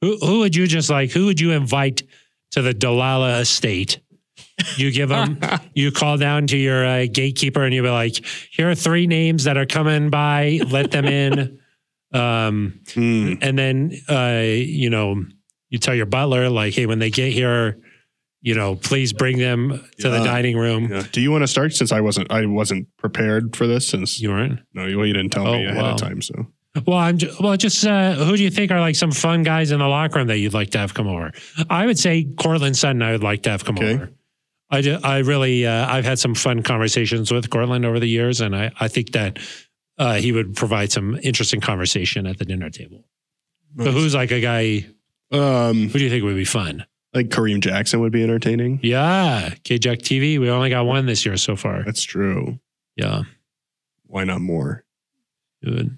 Who, who would you just like? Who would you invite to the Dalala estate? You give them, you call down to your uh, gatekeeper, and you be like, "Here are three names that are coming by. Let them in." Um,
Hmm.
and then uh, you know you tell your butler like, "Hey, when they get here, you know, please bring them to the
Yeah.
dining room."
Yeah. Do you want to start since I wasn't I wasn't prepared for this since
You weren't.
no you, well, you didn't tell
Oh,
me ahead
wow.
of time so
Well, I'm ju- well. Just uh, who do you think are like some fun guys in the locker room that you'd like to have come over? I would say Cortland Sutton. I would like to have come
Okay.
over. I ju- I really uh, I've had some fun conversations with Cortland over the years, and I I think that uh, he would provide some interesting conversation at the dinner table. So who's like a guy?
um
Who do you think would be fun?
I think Kareem Jackson would be entertaining.
Yeah, K Jack TV. We only got one this year so far.
That's true.
Yeah,
Why not more?
good.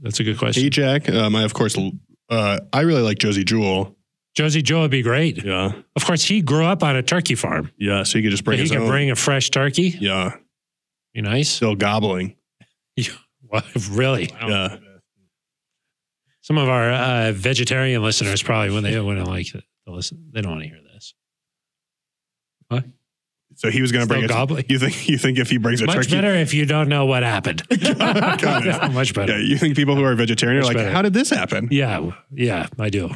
That's a good
Hey
question.
Jack, um, I of course l- uh, I really like Josie Jewell.
Josie Joe would be great.
Yeah.
Of course, he grew up on a turkey farm.
Yeah, so you could just bring
he
his
could
own.
bring a fresh turkey.
yeah,
Be nice.
still gobbling.
What, really?
Wow.
Yeah.
Some of our uh, vegetarian listeners probably when they wouldn't like to listen, they don't want to hear this.
So he was going to bring
Still
it.
gobbling.
You think you think if he brings a
Much
turkey?
better if you don't know what happened.
Got it.
Much
Yeah,
better.
you think people who are vegetarian are
Much
like,
better.
how did this happen?
Yeah, yeah, I do.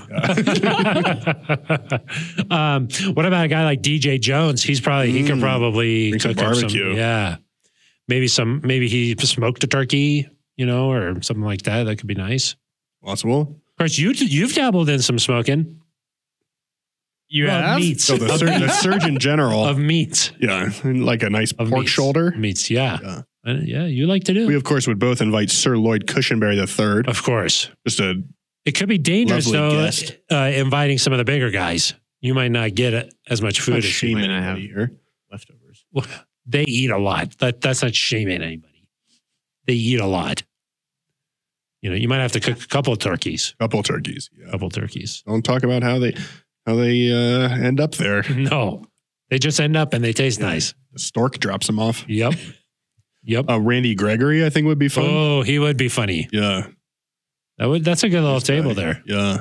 um, what about a guy like DJ Jones? He's probably he could
Mm.
probably
Bring some
cook up
barbecue.
yeah, maybe some. Maybe he smoked a turkey, you know, or something like that. That could be nice.
Possible.
Of course, you you've dabbled in some smoking
You
Well,
have
meats
So the, sur- the Surgeon General.
of meats.
yeah, and like a nice
Of
pork
meats.
shoulder.
Meats, yeah.
Yeah.
Uh, yeah, you like to do.
We of course would both invite Sir Lloyd Cushenberry III.
of course.
Just a
It could be dangerous,
Lovely
though,
guest.
uh, inviting some of the bigger guys. You might not get uh, as much food as you
shame
might not
anybody here.
leftovers.
They eat a lot. That That's not shaming anybody. They eat a lot. You know, you might have to cook a couple of turkeys.
Couple turkeys.
A
Yeah.
couple of turkeys.
Don't talk about how they how they uh, end up there.
No, they just end up and they taste nice.
The stork drops them off.
Yep. Yep.
Uh, Randy Gregory, I think, would be fun.
Oh, he would be funny.
Yeah.
That would. That's a good little
Nice
table
guy.
there.
Yeah.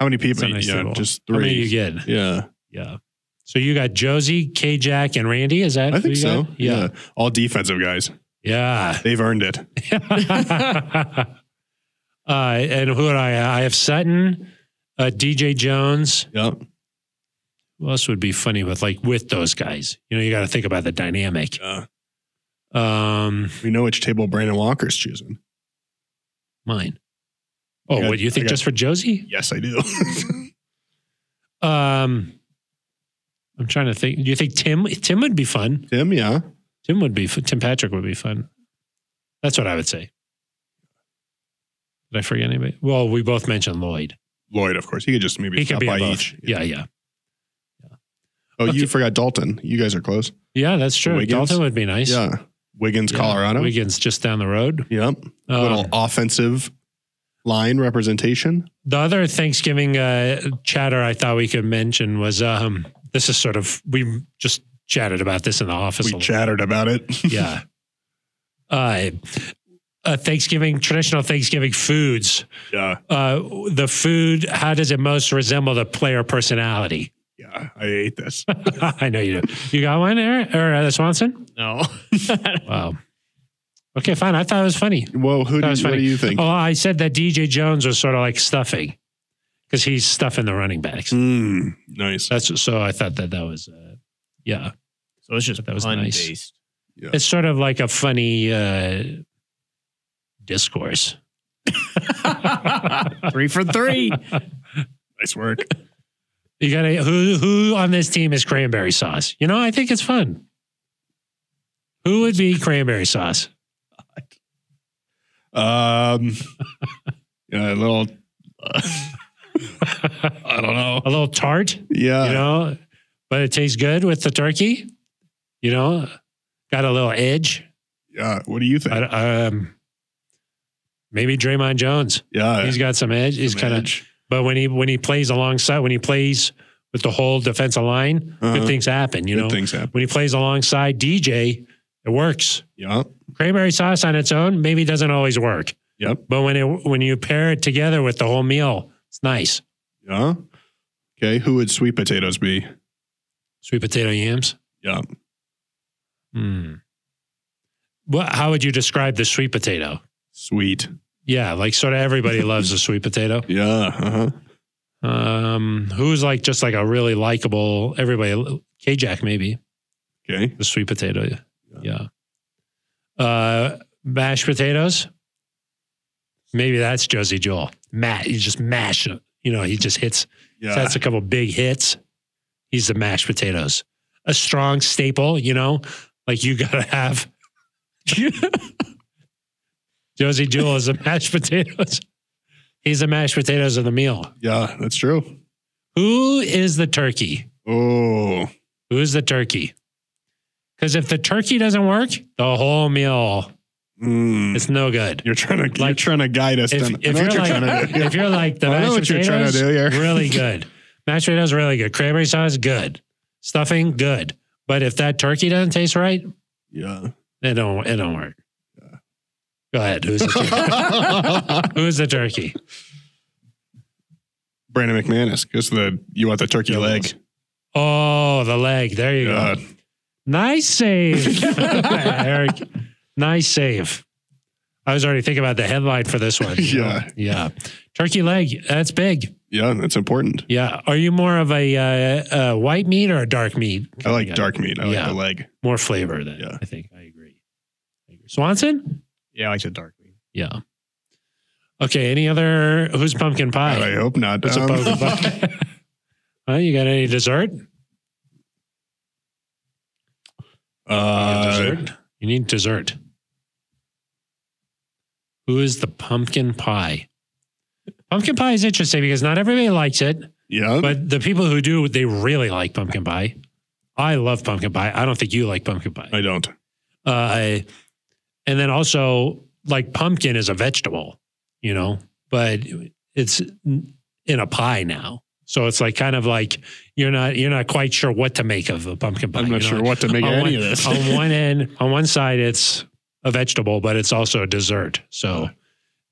How many
That's
people?
a nice
yeah,
table.
just
How many
three.
you get?
yeah.
Yeah. So you got Josie, K Jack, and Randy. Is that?
I
who
think
you
so.
got?
Yeah. All defensive guys.
Yeah.
They've earned it.
uh, and who would I? I have Sutton, uh, DJ Jones.
Yeah.
Who else would be funny with like with those guys? You know, you got to think about the dynamic.
Yeah.
Um,
We know which table Brandon Walker's choosing.
mine. Oh,
I got-
what do you
I
think?
got-
Just for Josie?
Yes, I do.
Um, I'm trying to think. Do you think Tim? Tim would be fun.
Tim, yeah.
Tim would be. fu- Tim Patrick would be fun. That's what I would say. Did I forget anybody? Well, we both mentioned Lloyd.
Lloyd, of course. He could just maybe
He
stop
could be
by
on both.
each.
Yeah, yeah.
Oh,
Okay.
you forgot Dalton. You guys are close.
Yeah, that's true.
Wiggins?
Dalton would be nice.
Yeah. Wiggins,
Yeah,
Colorado.
Wiggins just down the road.
Yep.
Uh,
Little offensive line representation.
the other Thanksgiving uh, chatter I thought we could mention was um, this is sort of we just chatted about this in the office.
We
a little.
chattered about it.
yeah. Uh, uh, Thanksgiving traditional Thanksgiving foods.
Yeah,
Uh, the food, how does it most resemble the player personality?
yeah. I hate this.
I know you do. You got one, Eric or uh, Swanson?
No.
Wow. Okay, fine. I thought it was funny.
Well, who
That
do,
was
you- what
funny.
do you think?
Oh, I said that DJ Jones was sort of like stuffing because he's stuffing the running backs.
Mm, nice.
That's so. I thought that that was, uh, yeah,
so it's just
That was
pun
nice.
based.
it's sort of like a funny uh, discourse.
Three for three.
Nice work.
You gotta who who on this team is cranberry sauce? You know, I think it's fun. Who would be cranberry sauce?
Um, yeah, a little.
I don't know. A little tart,
Yeah,
you know, but it tastes good with the turkey. You know, got a little edge.
yeah. What do you think?
I, um, maybe Draymond Jones.
yeah,
He's got some edge. He's
Uh, some
kind of,
edge.
but when he when he plays alongside, when he plays with the whole defensive line,
Uh-huh.
good things happen. You
Good
know,
things happen.
when he plays alongside DJ, it works.
Yeah,
cranberry sauce on its own maybe doesn't always work.
Yep.
But when it when you pair it together with the whole meal, it's nice.
yeah. Okay, who would sweet potatoes be?
Sweet potato yams.
Yeah.
Hmm. What? How would you describe the sweet potato?
Sweet.
Yeah, like sort of everybody loves a sweet potato.
Yeah. Uh-huh.
Um, who's like just like a really likable everybody? K Jack maybe
Okay.
the sweet potato. Yeah. Uh, mashed potatoes. Maybe that's Josie Joel. Matt, he just mash. You know, he just hits
Yeah.
That's a couple big hits. He's the mashed potatoes, a strong staple. You know, like you gotta have. Josie Jewell is the mashed potatoes. He's the mashed potatoes of the meal.
yeah, that's true.
Who is the turkey?
Oh,
Who's the turkey? Because if the turkey doesn't work, the whole meal
mm.
is no good.
you're trying to you're
Like,
trying to guide us.
If,
down- I
if
know
you're
what
like,
trying to do.
if you're like the
I know
mashed
what you're trying to
potatoes,
do here.
really good. Mashed potatoes really good. Cranberry sauce good. Stuffing good. But if that turkey doesn't taste right,
Yeah.
it don't it don't work. Go ahead. Who's the turkey? Who's the turkey?
Brandon McManus, because the you want the turkey
Yeah,
leg. Uh,
Oh, the leg. There you
Yeah.
go. Nice save, Eric. Nice save. I was already thinking about the headline for this one. you know?
Yeah.
yeah. Turkey leg. That's big.
yeah, that's important.
Yeah. Are you more of a uh, uh, white meat or a dark meat?
I like
Yeah.
dark meat. I
Yeah.
like the leg.
more flavor than
Yeah.
I think. I agree. I agree. Swanson?
yeah, I like the dark meat.
Yeah. Okay. Any other? Who's pumpkin
I,
pie?
hope not.
What's a
Um,
pumpkin pie? Huh, you got any dessert? you,
uh,
need dessert? You need dessert. Who is the pumpkin pie? Pumpkin pie is interesting because not everybody likes it,
yeah.
but the people who do, they really like pumpkin pie. I love pumpkin pie. I don't think you like pumpkin pie.
I don't.
uh, and then also like pumpkin is a vegetable, you know, but it's in a pie now. So it's like kind of like you're not you're not quite sure what to make of a pumpkin pie.
I'm not
you know?
sure what to make of
on
any
one,
of this.
on one end, on one side, it's a vegetable, but it's also a dessert. So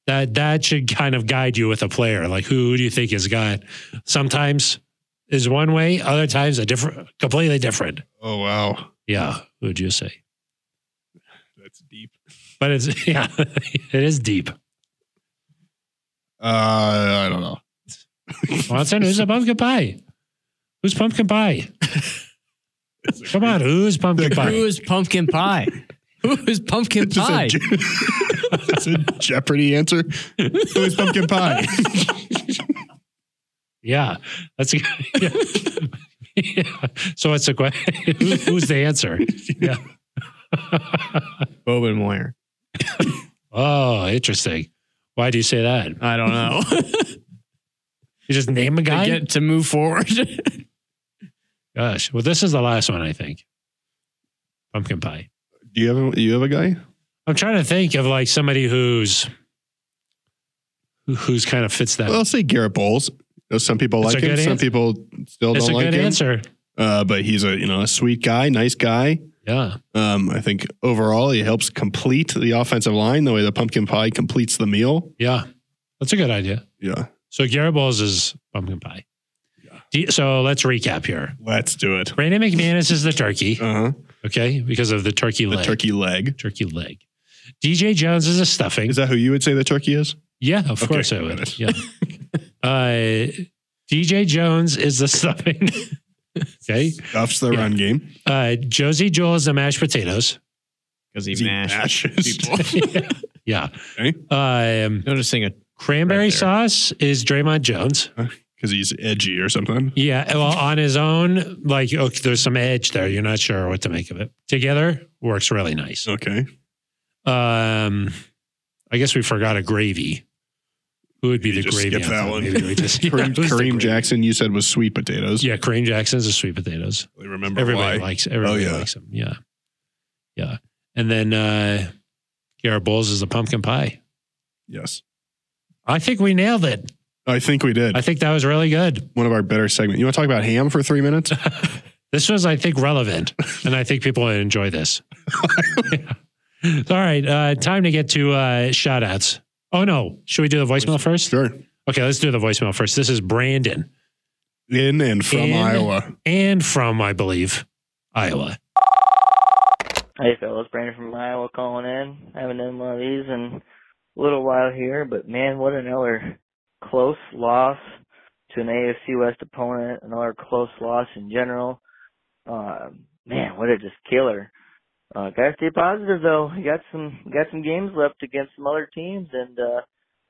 that that should kind of guide you with a player. Like who do you think has got? Sometimes is one way, other times a different, completely different.
Oh wow,
Yeah, who would you say?
that's deep.
But it's yeah, it is deep.
Uh, I don't know.
Watson, who's the pumpkin pie? Who's pumpkin pie? Come on, who's pumpkin
The
pie?
crew
Who is pumpkin pie? Who is pumpkin
It's just a
pie?
Je- It's a Jeopardy answer. Who is pumpkin pie?
Yeah, that's a, yeah. Yeah. So it's a question. Who, who's the answer? Yeah.
Bobin Moyer.
Oh, interesting. Why do you say that? You
I don't know.
just name a
to
guy?
get to move forward.
Gosh. Well, this is the last one, I think. Pumpkin pie.
Do you have a, you have a guy?
I'm trying to think of like somebody who's who- who's kind of fits that.
Well, I'll say Garrett Bowles. You know, Some people
It's
like
a
him.
good
Some
answer.
people still
it's a
don't like
good
him.
answer.
Uh, but he's a you know a sweet guy, nice guy.
Yeah.
Um, I think overall he helps complete the offensive line the way the pumpkin pie completes the meal.
Yeah. That's a good idea.
Yeah,
So Garibaldi's is pumpkin pie. Do you- So let's recap here.
let's do it.
Brandon McManus is the turkey,
Uh huh.
okay, because of the turkey
The
leg.
turkey leg.
turkey leg. DJ Jones is a stuffing.
Is that who you would say the turkey is?
yeah, of
Okay,
course I
got
would.
it.
Yeah. uh, DJ Jones is the stuffing. okay.
Stuffs the
Yeah.
run game.
Uh, Josie Jewel is the mashed potatoes.
because he
He
mashed.
mashes.
people.
Yeah.
Okay.
Um,
Noticing a
cranberry
Right there.
sauce is Draymond Jones.
because he's edgy or something.
Yeah, well, on his own, like okay, there's some edge there. You're not sure what to make of it. Together works really nice.
Okay.
Um, I guess we forgot a gravy. Who would be
Maybe
the
just
gravy?
skip
on
that
top?
one.
Maybe we just- Yeah,
Kareem,
who's the
Kareem
gravy?
Jackson, you said was sweet potatoes.
Yeah, Kareem Jackson's the sweet potatoes.
I remember
Everybody
why.
likes. Everybody
Oh, yeah.
likes them. Yeah, yeah. And then uh, Garrett Bowles is the pumpkin pie.
Yes.
I think we nailed it.
I think we did.
I think that was really good.
One of our better segments. You want to talk about ham for three minutes?
This was, I think, relevant, and I think people would enjoy this. Yeah. All right, uh, time to get to uh, shout outs. Oh, no. Should we do the voicemail first?
sure.
Okay, let's do the voicemail first. This is Brandon
In and from
In.
Iowa.
and from, I believe, Iowa.
Hey fellas, Brandon from Iowa calling in. Haven't done one of these in a little while here, but man, what another close loss to an AFC West opponent, another close loss in general. Uh, man, what a just killer. Uh, gotta stay positive though. We got some, we got some games left against some other teams and, uh,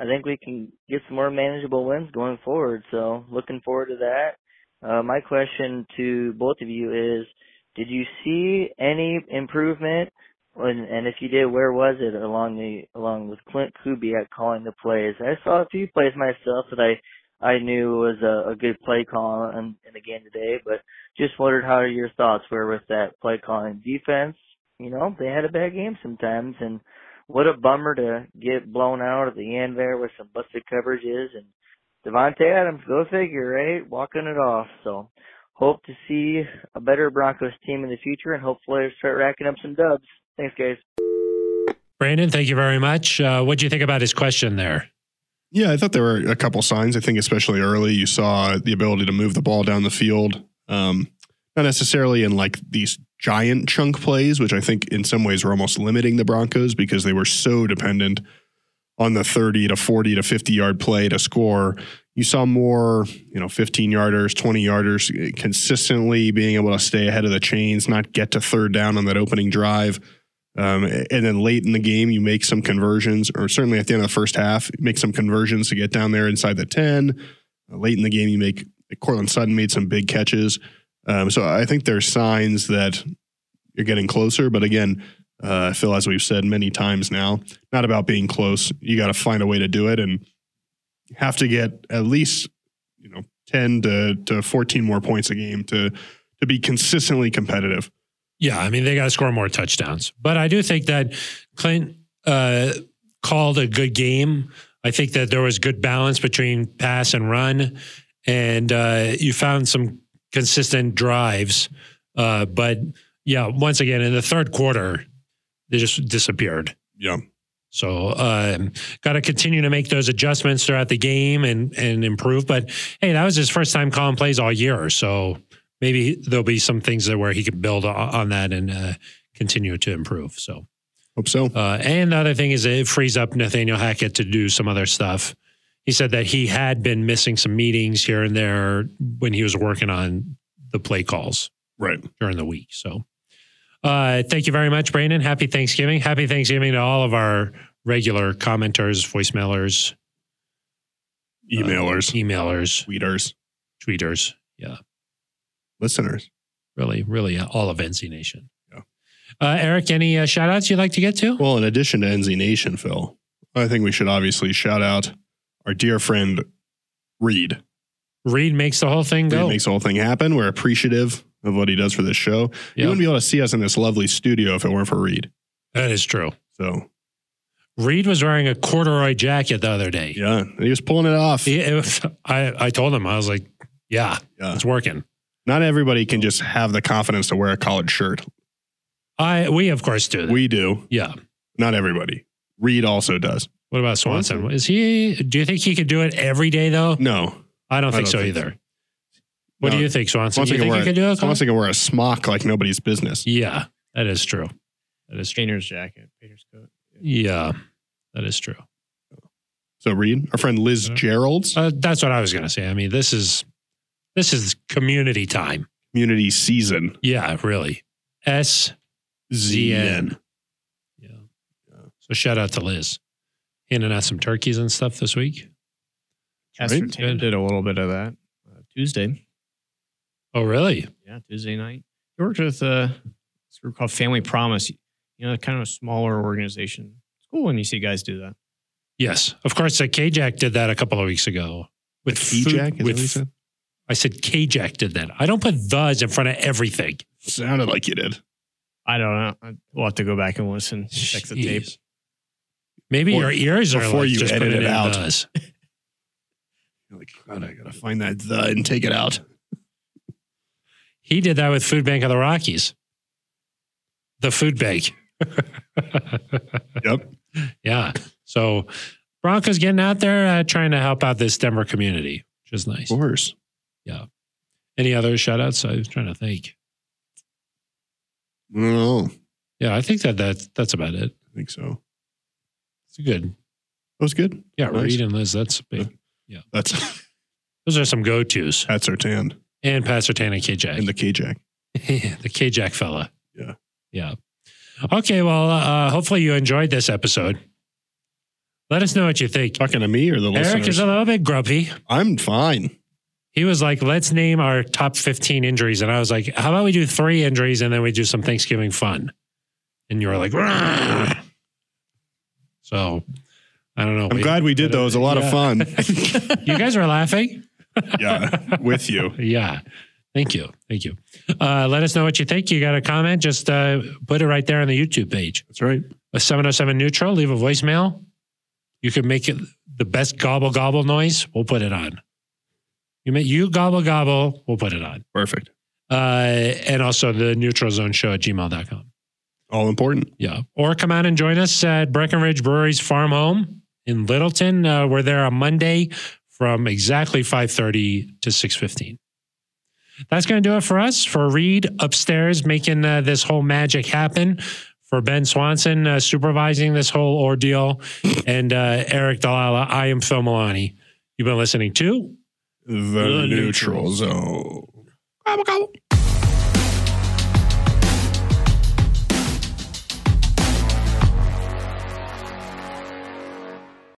I think we can get some more manageable wins going forward. So looking forward to that. Uh, my question to both of you is, did you see any improvement? And, and if you did, where was it along the along with Clint Kubiak calling the plays? I saw a few plays myself that I I knew was a, a good play call in, in the game today, but just wondered how your thoughts were with that play calling defense. You know, they had a bad game sometimes, and what a bummer to get blown out at the end there with some busted coverages. And Devontae Adams, go figure, right? Walking it off. So hope to see a better Broncos team in the future and hopefully start racking up some dubs. Thanks, guys.
Brandon, thank you very much. Uh, what do you think about his question there?
Yeah, I thought there were a couple signs. I think especially early, you saw the ability to move the ball down the field. Um, not necessarily in like these giant chunk plays, which I think in some ways were almost limiting the Broncos because they were so dependent on the 30 to 40 to 50 yard play to score. You saw more, you know, 15 yarders, 20 yarders eh, consistently being able to stay ahead of the chains, not get to third down on that opening drive. Um, and then late in the game, you make some conversions, or certainly at the end of the first half, make some conversions to get down there inside the 10. Uh, Late in the game, you make Cortland Sutton made some big catches. Um, so I think there's signs that you're getting closer. But again, uh, Phil, as we've said many times now, not about being close. You got to find a way to do it and have to get at least, you know, 10 to, to 14 more points a game to, to be consistently competitive.
Yeah, I mean they got to score more touchdowns, but I do think that Clint uh, called a good game. I think that there was good balance between pass and run, and uh, you found some consistent drives. Uh, but yeah, once again in the third quarter, they just disappeared.
Yeah.
So um, got to continue to make those adjustments throughout the game and and improve. But hey, that was his first time calling plays all year, so maybe there'll be some things that where he can build o- on that and uh, continue to improve. So,
Hope so.
uh, and the other thing is it frees up Nathaniel Hackett to do some other stuff. He said that he had been missing some meetings here and there when he was working on the play calls
Right.
during the week. So, uh, thank you very much, Brandon. Happy Thanksgiving. Happy Thanksgiving to all of our regular commenters, voicemailers, uh,
Emailers,
emailers,
tweeters,
tweeters.
listeners.
Really, really, uh, all of NC Nation.
Yeah.
Uh, Eric, any uh, shout outs you'd like to get to?
Well, in addition to NZ Nation, Phil, I think we should obviously shout out our dear friend Reed.
Reed makes the whole thing
Reed
go.
makes the whole thing happen. We're appreciative of what he does for this show.
Yeah.
You wouldn't be able to see us in this lovely studio if it weren't for Reed.
that is true.
So
Reed was wearing a corduroy jacket the other day.
yeah, and he was pulling it off.
He- it was- I, I told him, I was like, yeah,
Yeah.
it's working.
Not everybody can just have the confidence to wear a collared shirt.
I we of course do. That.
We do.
yeah.
Not everybody. Reed also does.
What about Swanson? Is he? Do you think he could do it every day though?
No.
I don't
I
think
don't
so
think
either. What do
No.
you think, Swanson?
Swanson
you
can
think
wear
he
it.
could do it? Colin?
Unless they can wear a smock like nobody's business.
Yeah, that is true. That is true.
Painter's jacket, painter's coat.
Yeah, that is true.
So Reed, our friend Liz
Yeah.
Gerald's
Uh, that's what I was going to say. I mean, this is this is community time.
community season.
Yeah, really. S ZN. Yeah. So shout out to Liz. Handing out some turkeys and stuff this week.
Castor
Right?
Tan did a little bit of that uh, Tuesday.
Oh, really?
Yeah, Tuesday night. He worked with uh, this group called Family Promise. You know, kind of a smaller organization. It's cool when you see guys do that.
Yes. Of course, uh, KJack did that a couple of weeks ago. With
Key
food-
jack, is that what
with,
you said?
I said KJack did that. I don't put thes in front of everything.
Sounded like you did.
I don't know. I- We'll have to go back and listen, check the tape.
Jeez. Maybe
Before-
your ears are
before
like,
you
just
edit
put
it
in
out.
thes.
You're like, God, I gotta find that the and take it out.
He did that with Food Bank of the Rockies. The food bank.
Yep.
Yeah. So Broncos getting out there uh, trying to help out this Denver community, which is nice.
Of course.
Any other shout outs? I was trying to think.
No, I
Yeah, I think that, that that's about it.
think so.
It's
That
good.
was good.
Yeah,
Nice.
Reed and Liz, that's big.
That's
Those are some go tos.
Pat Sertan
And Pat Sertan and K Jack.
and the K Jack.
the K Jack fella.
Yeah.
Yeah. Okay. Well, uh, hopefully you enjoyed this episode. Let us know what you think.
Talking to me or the
Eric is
listeners?
a little bit grumpy.
I'm fine.
He was like, let's name our top 15 injuries. And I was like, how about we do three injuries and then we do some Thanksgiving fun? And you were like, "Rah." so I don't know.
I'm
We-
glad we did though. It was a lot
Yeah.
of fun.
You guys were laughing?
yeah, with you.
Yeah. Thank you. Thank you. Uh, let us know what you think. You got a comment? Just uh, put it right there on the YouTube page.
That's right.
a 707 neutral, leave a voicemail. You can make it the best gobble gobble noise. We'll put it on. You make you gobble gobble. We'll put it on.
Perfect.
Uh, and also the neutral zone show at gmail.com.
All important.
Yeah. Or come out and join us at Breckenridge Brewery's farm home in Littleton. Uh, we're there on Monday from exactly 5.30 to 6.15. That's going to do it for us. For Reed upstairs making uh, this whole magic happen. For Ben Swanson uh, supervising this whole ordeal. and uh, Eric Dalala, I am Phil Milani. You've been listening to
The,
neutral
neutral zone. Gobble, gobble.